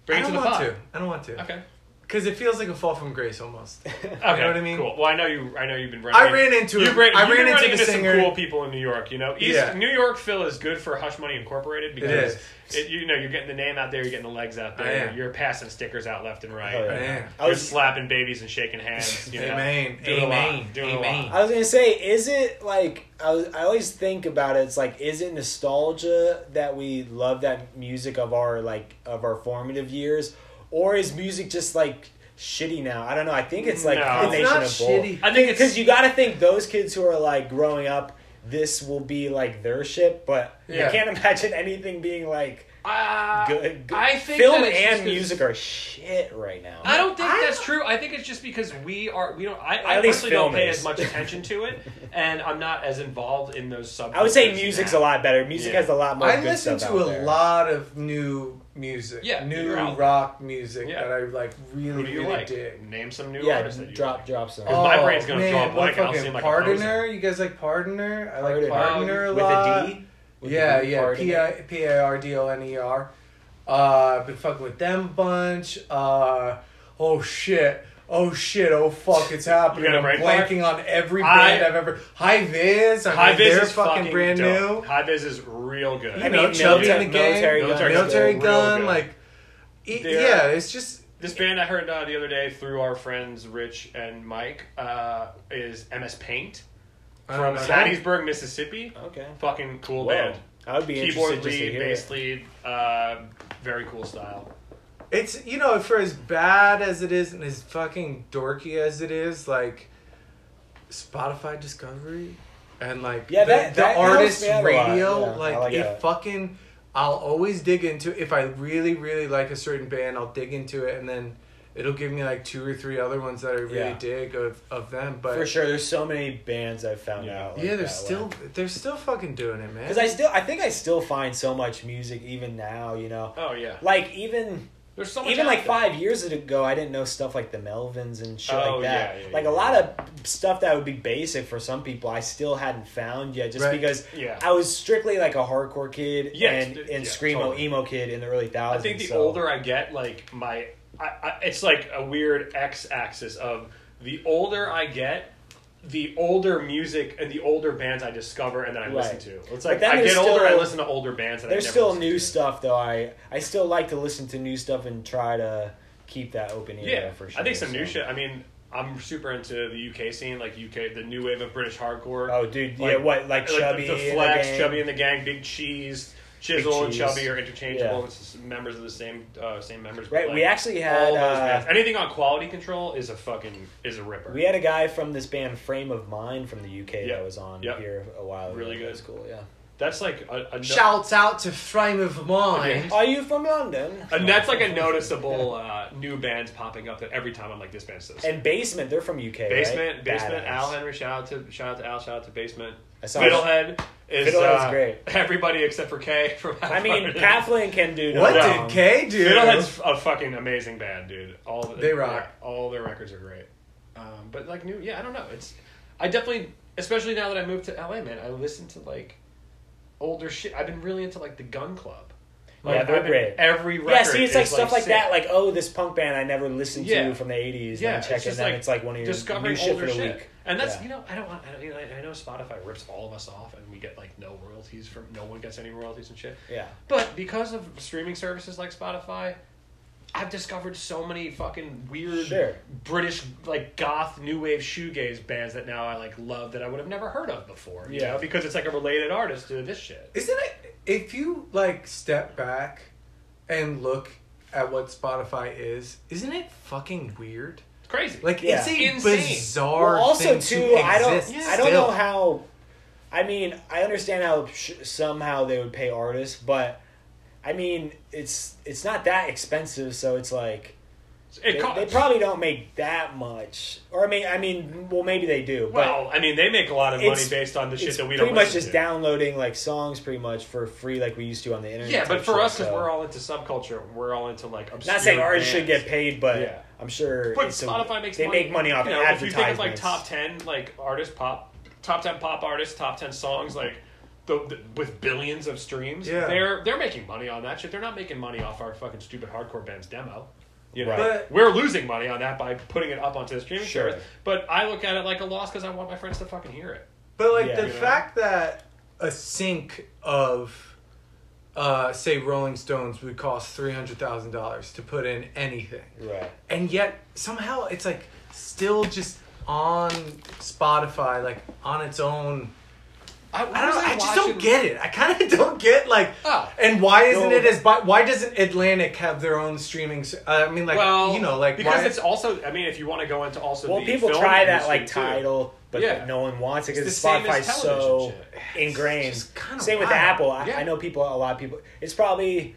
Bring it
don't
to the
want
pod.
to. I don't want to.
Okay.
because it feels like a fall from grace
<laughs>
almost.
Okay,
You know what I mean?
Cool. Well, I know you. I know you've been. Running,
I ran into
you
it. I
you've
ran
been
into
running
the
into
singer-
some cool people in New York. You know, East,
Yeah.
New York Phil is good for Hush Money Incorporated because it, you know you're getting the name out there, you're getting the legs out
I
there,
am.
you're passing stickers out left and right.
Oh, yeah.
Man.
I
You're
was-
slapping babies and shaking hands. You know?
Amen.
Doing a
Amen.
lot. Doing a
Amen.
lot.
I was gonna say, is it like I was? I always think about it. It's like, is it nostalgia that we love that music of our like of our formative years, or is music just like shitty now? I don't know. I think it's like
No.
a
It's
combination
not
of both.
shitty.
I think it's
Because you got to think those kids who are like growing up, this will be like their shit. But
Yeah.
I can't imagine anything being like
Uh,
good. good.
I think
film
that it's just
and
'cause-
music are shit right now.
I don't think
I-
that's true. I think it's just because we are we don't. I, I
At least
personally don't
film
pay
is.
as much attention to it, and I'm not as involved in those sub.
I would say music's a lot better. Music
Yeah.
has a lot more.
I
good
listen
stuff
to a
out there.
lot of new music.
Yeah,
new
you're out.
rock music
Yeah.
that I like really
Who do you
really
like?
dig.
Name some new
Yeah,
artists. That you
drop
Like.
drop some.
Oh, my brain's gonna draw a blank and I'll
fucking
seem like a
Pardoner, you guys like Pardoner? I like
Pardoner.
Pardoner a
With a
lot.
D? With a
yeah,
D,
yeah.
Pardoner?
P I P A R D O N E R. Uh, been fucking with them bunch. Uh, oh shit. Oh shit! Oh fuck!
<laughs>
It's happening.
got a
I'm
brain fart?
blanking on every
I-
band I, have ever. High Viz. I mean,
High Viz
they're
is fucking
brand new.
dope. High Viz is real good.
You know, Chubby
milita-
and the Gang,
military
Military
guns.
Gun's
Military
real
Gun,
good.
like, e-
They're-
yeah. It's just
This band I heard uh, the other day through our friends Rich and Mike uh, is MS Paint
I don't
from
know.
Hattiesburg, Mississippi.
Okay.
Fucking cool
Oh, Whoa.
band.
I would be
Keyboard
interested just to
lead,
hear
bass
it.
lead, uh, very cool style.
It's you know for as bad as it is and as fucking dorky as it is, like Spotify discovery and like
Yeah,
the-
that-
the,
that helps
artist
me out a lot.
radio,
Yeah, I
like,
like
it
that.
fucking. I'll always dig into if I really really like a certain band, I'll dig into it and then it'll give me like two or three other ones that I really
Yeah.
dig of of them. But
For sure, there's so many bands I've found
Yeah.
out. Like
yeah, they're still they're still fucking doing it, man.
because I still I think I still find so much music even now. You know,
Oh yeah,
like even
there's so much.
even
out
like
there.
five years ago, I didn't know stuff like the Melvins and shit
Oh,
like that.
yeah, yeah,
like a
yeah.
lot of stuff that would be basic for some people, I still hadn't found yet, just
Right.
because
Yeah.
I was strictly like a hardcore kid
Yes,
and
th-
and
yeah,
screamo
totally.
emo kid in the early
I
thousands.
think the
so-
older I get, like my, I, I, it's like a weird x-axis of the older I get, the older music and the older bands I discover and then I listen
Right.
to.
But
It's like
then
I get
there's
older, I
still-
listen to older bands. That I
There's
never
still
listened
new
to.
stuff though. I I still like to listen to new stuff and try to keep that open ear
Yeah,
for sure.
I think some new
so.
shit. I mean, I'm super into the UK scene, like UK, the new wave of British hardcore.
Oh, dude,
Like-
yeah, what like,
the-
chubby,
the,
and the
Flex,
gang.
Chubby and the Gang, Big Cheese, Chisel,
Cheese.
and Chubby are interchangeable.
Yeah.
It's just members of the same uh, same members. but,
Right,
like,
we actually
all
had
those bands.
uh,
Anything on quality control is a fucking is a ripper.
we had a guy from this band Frame of Mind from the UK
Yep.
that was on
Yep.
here a while ago.
Really good.
That's cool. Yeah.
That's like a, a no-
Shouts out to Frame of Mind.
Are you from London?
and Uh, that's like a noticeable uh, new bands popping up that every time I'm like, this band's so sick.
And Basement, they're from UK.
Basement,
right?
Basement,
Badass.
Al Henry, shout out to shout out to Al, shout out to Basement.
I saw-
Fiddlehead is
Fiddlehead's
uh,
great.
<laughs> Everybody except for K from.
I
<laughs>
mean, Pat Flynn can do. No
What
wrong.
did Kay do?
Fiddlehead's a fucking amazing band, dude. All the,
They rock.
yeah, all their records are great. Um, but like new, yeah, I don't know. It's I definitely, especially now that I moved to LA, man. I listen to like older shit. I've been really into like the Gun Club. Like,
Yeah, they're
I've been-
great.
Every record,
Yeah, see, it's like
is,
stuff like
sick.
that. Like, oh, this punk band I never listened
Yeah.
to from the '80s.
yeah,
Yeah, check
it's
it.
just
and then
like
it's like one of your
discovering
new shit
older
for the
shit.
week.
And that's
Yeah.
you know I don't want I, don't- you know, I I know Spotify rips all of us off and we get like no royalties from no one gets any royalties and shit.
Yeah.
But because of streaming services like Spotify, I've discovered so many fucking weird
Sure.
British like goth new wave shoegaze bands that now I like love that I would have never heard of before. You
Yeah.
know? because it's like a related artist to this shit.
Isn't it if you like step back and look at what Spotify is, isn't it fucking weird?
It's crazy.
Like
Yeah.
it's a
Insane.
bizarre
Well, also
thing
too,
to
I don't,
exist
I don't
still.
know how. I mean, I understand how sh- somehow they would pay artists, but I mean, it's it's not that expensive, so it's like
it
they,
costs.
they probably don't make that much. Or I mean, I mean, well, maybe they do. But
well, I mean, they make a lot of money
It's-
based on the shit
it's
that we
pretty
don't
much
listen
just
to.
downloading like songs, pretty much for free, like we used to on the internet.
Yeah,
type
but for
shit,
us, because
so-
we're all into subculture, we're all into like obscure.
not saying artists should
bands.
get paid, but
Yeah.
I'm sure.
But
it's a-
Spotify makes
they
money.
make money off
you know, If you
advertisements.
think of like top ten like artist pop, top ten pop artists, top ten songs like. The, the, with billions of streams,
Yeah.
they're they're making money on that shit. They're not making money off our fucking stupid hardcore band's demo. You know,
Right.
But-
we're losing money on that by putting it up onto the streaming
Sure.
service. But I look at it like a loss because I want my friends to fucking hear it.
But like
Yeah.
the
You
know?
fact that a sink of, uh, say Rolling Stones would cost three hundred thousand dollars to put in anything,
Right.
and yet somehow it's like still just on Spotify, like on its own.
I,
I don't. know, I just don't get it. I kind of <laughs> don't get like.
Oh.
And why isn't
No.
it as? bi- Why doesn't Atlantic have their own streaming? s- Uh, I mean, like
Well,
you know, like
because
why,
it's also. I mean, if you want to go into also,
Well,
the
people
film
try that
industry,
like
too.
title, but
Yeah.
no one wants it because
It's the same as
Spotify's so
television
ingrained.
just kinda
Same with
wild.
Apple. I,
Yeah.
I know people. A lot of people. It's probably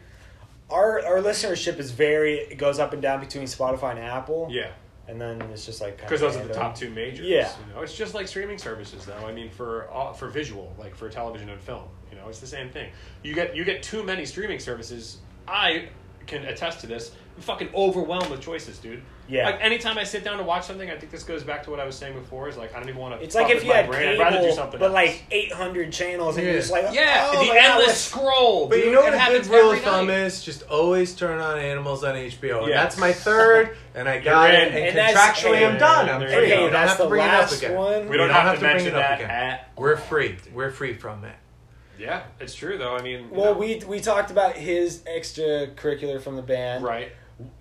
our our listenership is very it goes up and down between Spotify and Apple.
Yeah,
and then it's just like
because those are the top two majors.
uh, Yeah.
you know? it's just like streaming services, though. I mean, for au- for visual, like for television and film, you know, it's the same thing. You get you get too many streaming services. I can attest to this. I'm fucking overwhelmed with choices, dude.
Yeah.
Like anytime I sit down to watch something, I think this goes back to what I was saying before. Is like I don't even want to.
It's like if you
my
had
brain.
cable,
I'd rather do something
but
else.
like eight hundred channels, and
Yeah.
you're just like,
yeah,
oh
the
my God,
endless
what's-
scroll.
But you
dude.
know
It
what a good
happens
rule
every
of thumb
night.
is? Just always turn on animals on HBO. And
Yeah.
that's my third, and I got
You're
it.
in.
And,
And that's-
contractually, I'm
and-
done. I'm
and
free.
hey,
I don't
that's
have to
the
bring it up
last
again.
one.
We don't, have, to,
bring
mention
it up
that
again.
at
We're free. We're free from it.
Yeah, it's true though. I mean,
Well,
no.
we we talked about his extracurricular from the band,
right.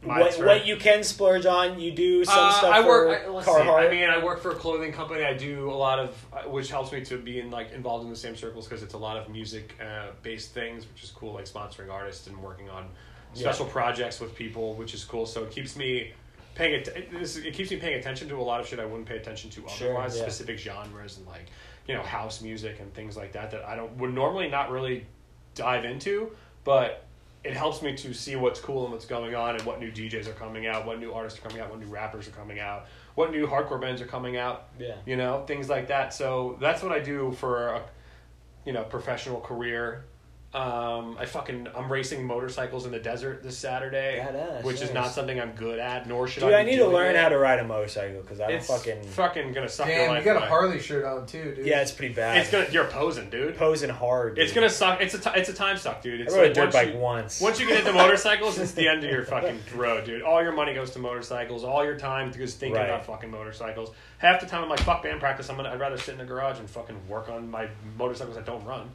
My
What,
turn.
what you can splurge on, you do some
Uh,
stuff
I work. I,
for
let's see,
Carhartt.
I mean, I work for a clothing company. I do a lot of, uh, which helps me to be in like involved in the same circles because it's a lot of music uh, based things, which is cool, like sponsoring artists and working on special projects with people, which is cool. So it keeps me paying it. This it keeps me paying attention to a lot of shit I wouldn't pay attention to
Sure,
otherwise,
yeah.
specific genres and like you know house music and things like that that I don't would normally not really dive into, but it helps me to see what's cool and what's going on and what new DJs are coming out, what new artists are coming out, what new rappers are coming out, what new hardcore bands are coming out.
Yeah.
You know, things like that. So that's what I do for a you know, professional career. Um, I fucking I'm racing motorcycles in the desert this Saturday,
Badass,
which is
nice.
not something I'm good at, nor should
Dude,
I.
I
be
need to
doing
learn
it.
how to ride a motorcycle because I'm
It's
fucking.
fucking fucking gonna suck your
Damn,
life.
you got a
away.
Harley shirt on too, dude.
Yeah, it's pretty bad.
It's gonna you're posing, dude.
posing hard.
It's
dude.
gonna suck. It's a t- it's a time suck, dude. It's
I rode a
like
dirt
once
bike
you-
once.
Once you
<laughs>
get into motorcycles, it's the end of your fucking road, dude. All your money goes to motorcycles. All your time goes thinking
Right.
about fucking motorcycles. Half the time I'm like, fuck band practice. I'm gonna, I'd rather sit in the garage and fucking work on my motorcycles that don't run.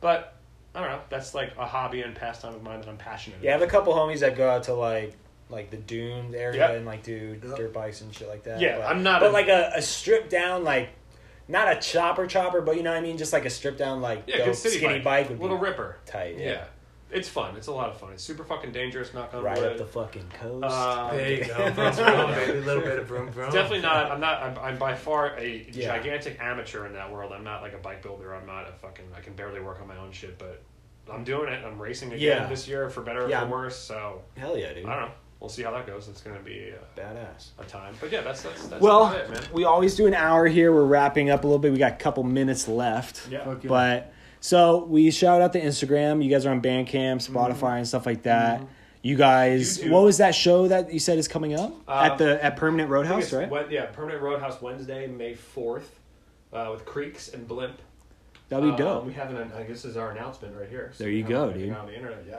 But I don't know. That's like a hobby and pastime of mine that I'm passionate.
yeah, I have a couple homies that go out to like like the dunes area
Yep.
and like do dirt bikes and shit like that.
Yeah,
but,
I'm not
But
a-
like a, a stripped down like. Not a chopper chopper, but you know what I mean? Just like a stripped down, like
Yeah,
dope
good city
skinny
bike,
bike, would
little
be
ripper.
tight.
Yeah. it's fun. It's a lot of fun. It's super fucking dangerous. Knock on
Right
wood.
up the fucking coast.
Um, <laughs>
There you go.
<laughs>
Vroom, vroom, baby. A little bit of vroom, vroom.
It's definitely not. I'm not. I'm, I'm by far a
Oh, Yeah.
gigantic amateur in that world. I'm not like a bike builder. I'm not a fucking. I can barely work on my own shit, but I'm doing it. I'm racing again
Yeah.
this year for better or
Yeah.
for worse. So
Hell yeah, dude.
I don't know. We'll see how that goes. It's gonna be uh,
Badass.
a time, but yeah, that's that's, that's
Well,
about it, man.
we always do an hour here. We're wrapping up a little bit. We got a couple minutes left.
Yeah. Fuck
But so we shout out to Instagram. You guys are on Bandcamp, Spotify, and stuff like that. You guys,
Mm-hmm. YouTube.
what was that show that you said is coming up
Uh,
at the at Permanent
I think
Roadhouse,
it's
right?
Wed- yeah, permanent Roadhouse Wednesday, May fourth, uh, with Creeks and Blimp.
That'd be
Um,
dope.
we have an. I guess this is our announcement right here. So
There you
we
go,
have it
dude.
On the internet, yeah.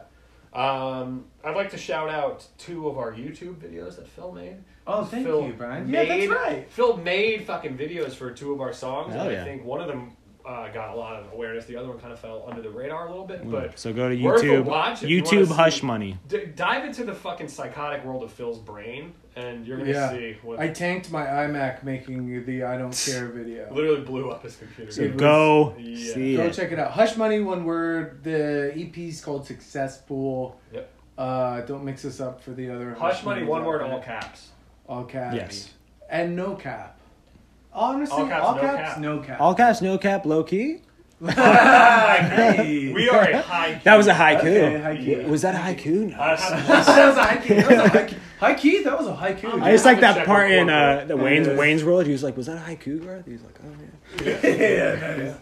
Um, I'd like to shout out two of our YouTube videos that Phil made.
Oh, thank
Phil
you, Brian.
Made,
Yeah, that's right.
Phil made fucking videos for two of our songs,
Hell
and
yeah.
I think one of them uh, got a lot of awareness. The other one kind of fell under the radar a little bit,
Mm.
but
so go to
worth a
YouTube.
watch if you wanna
YouTube
see-
Hush Money.
d- dive into the fucking psychotic world of Phil's brain, and you're gonna see what
I tanked my iMac making the I don't
<laughs>
care video.
literally blew up his computer.
So
It was-
go
Yeah.
see
Go
it.
check it out. Hush Money, one word. The EP's called Successful.
Yep.
Uh, don't mix us up for the other.
Hush money, one word, all
album. <laughs>
caps.
All caps.
Yes.
And no cap. Honestly,
All
all
caps,
caps,
no
no
cap.
cap.
All caps, no cap, low key.
Hey.
We are a high. <laughs>
That was a
Okay,
haiku.
haiku.
Was that a haiku? No.
I have
<laughs>
to-
that was a haiku. That was a haiku. Haiku, that was a haiku.
I just like
Check
that part
before
in uh, the Wayne's
Yeah.
Wayne's World. He was like, "Was that a haiku, Garth?" He was like, "Oh yeah."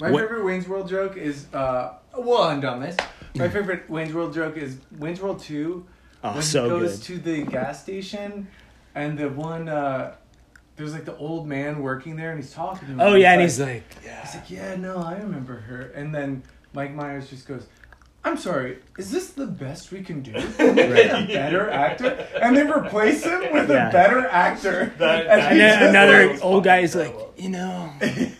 My
What-
favorite Wayne's World joke is uh well I'm done this. My favorite Wayne's World joke is Wayne's World two
Mm. Oh,
when
so
he goes
good.
to the gas station and the one uh there's like the old man working there and he's talking to him.
Oh,
Oh yeah, and he's like,
He's like, Yeah, no, I remember her and then Mike Myers just goes, I'm I'm sorry, is this the best we can
<laughs>
do? Make a better actor? And they replace him with
Yeah.
a better actor.
That-
And
that-
And
he
Yeah,
then
just,
another
like-
old guy is like, you know,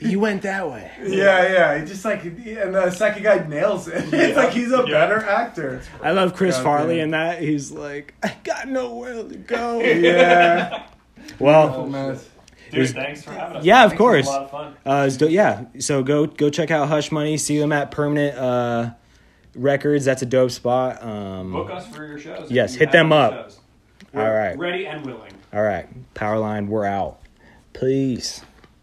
you went that way.
yeah, yeah. He just like, and the second guy nails it. <laughs> it's like he's a
Yeah.
better actor.
I love Chris
God
Farley
damn.
in that. He's like, I got nowhere to go.
Yeah. <laughs> oh,
<laughs> well,
man.
Dude,
was-
thanks for having us.
yeah, of
Thanks, it was
course.
A lot of fun.
uh, so- yeah. So go go check out Hush Money. See them at Permanent uh, Records. That's a dope spot. Um,
Book us for your shows. if
Yes,
you
hit
have
them
any
up.
shows.
all right,
Ready and willing.
all right. Powerline, we're out. Peace.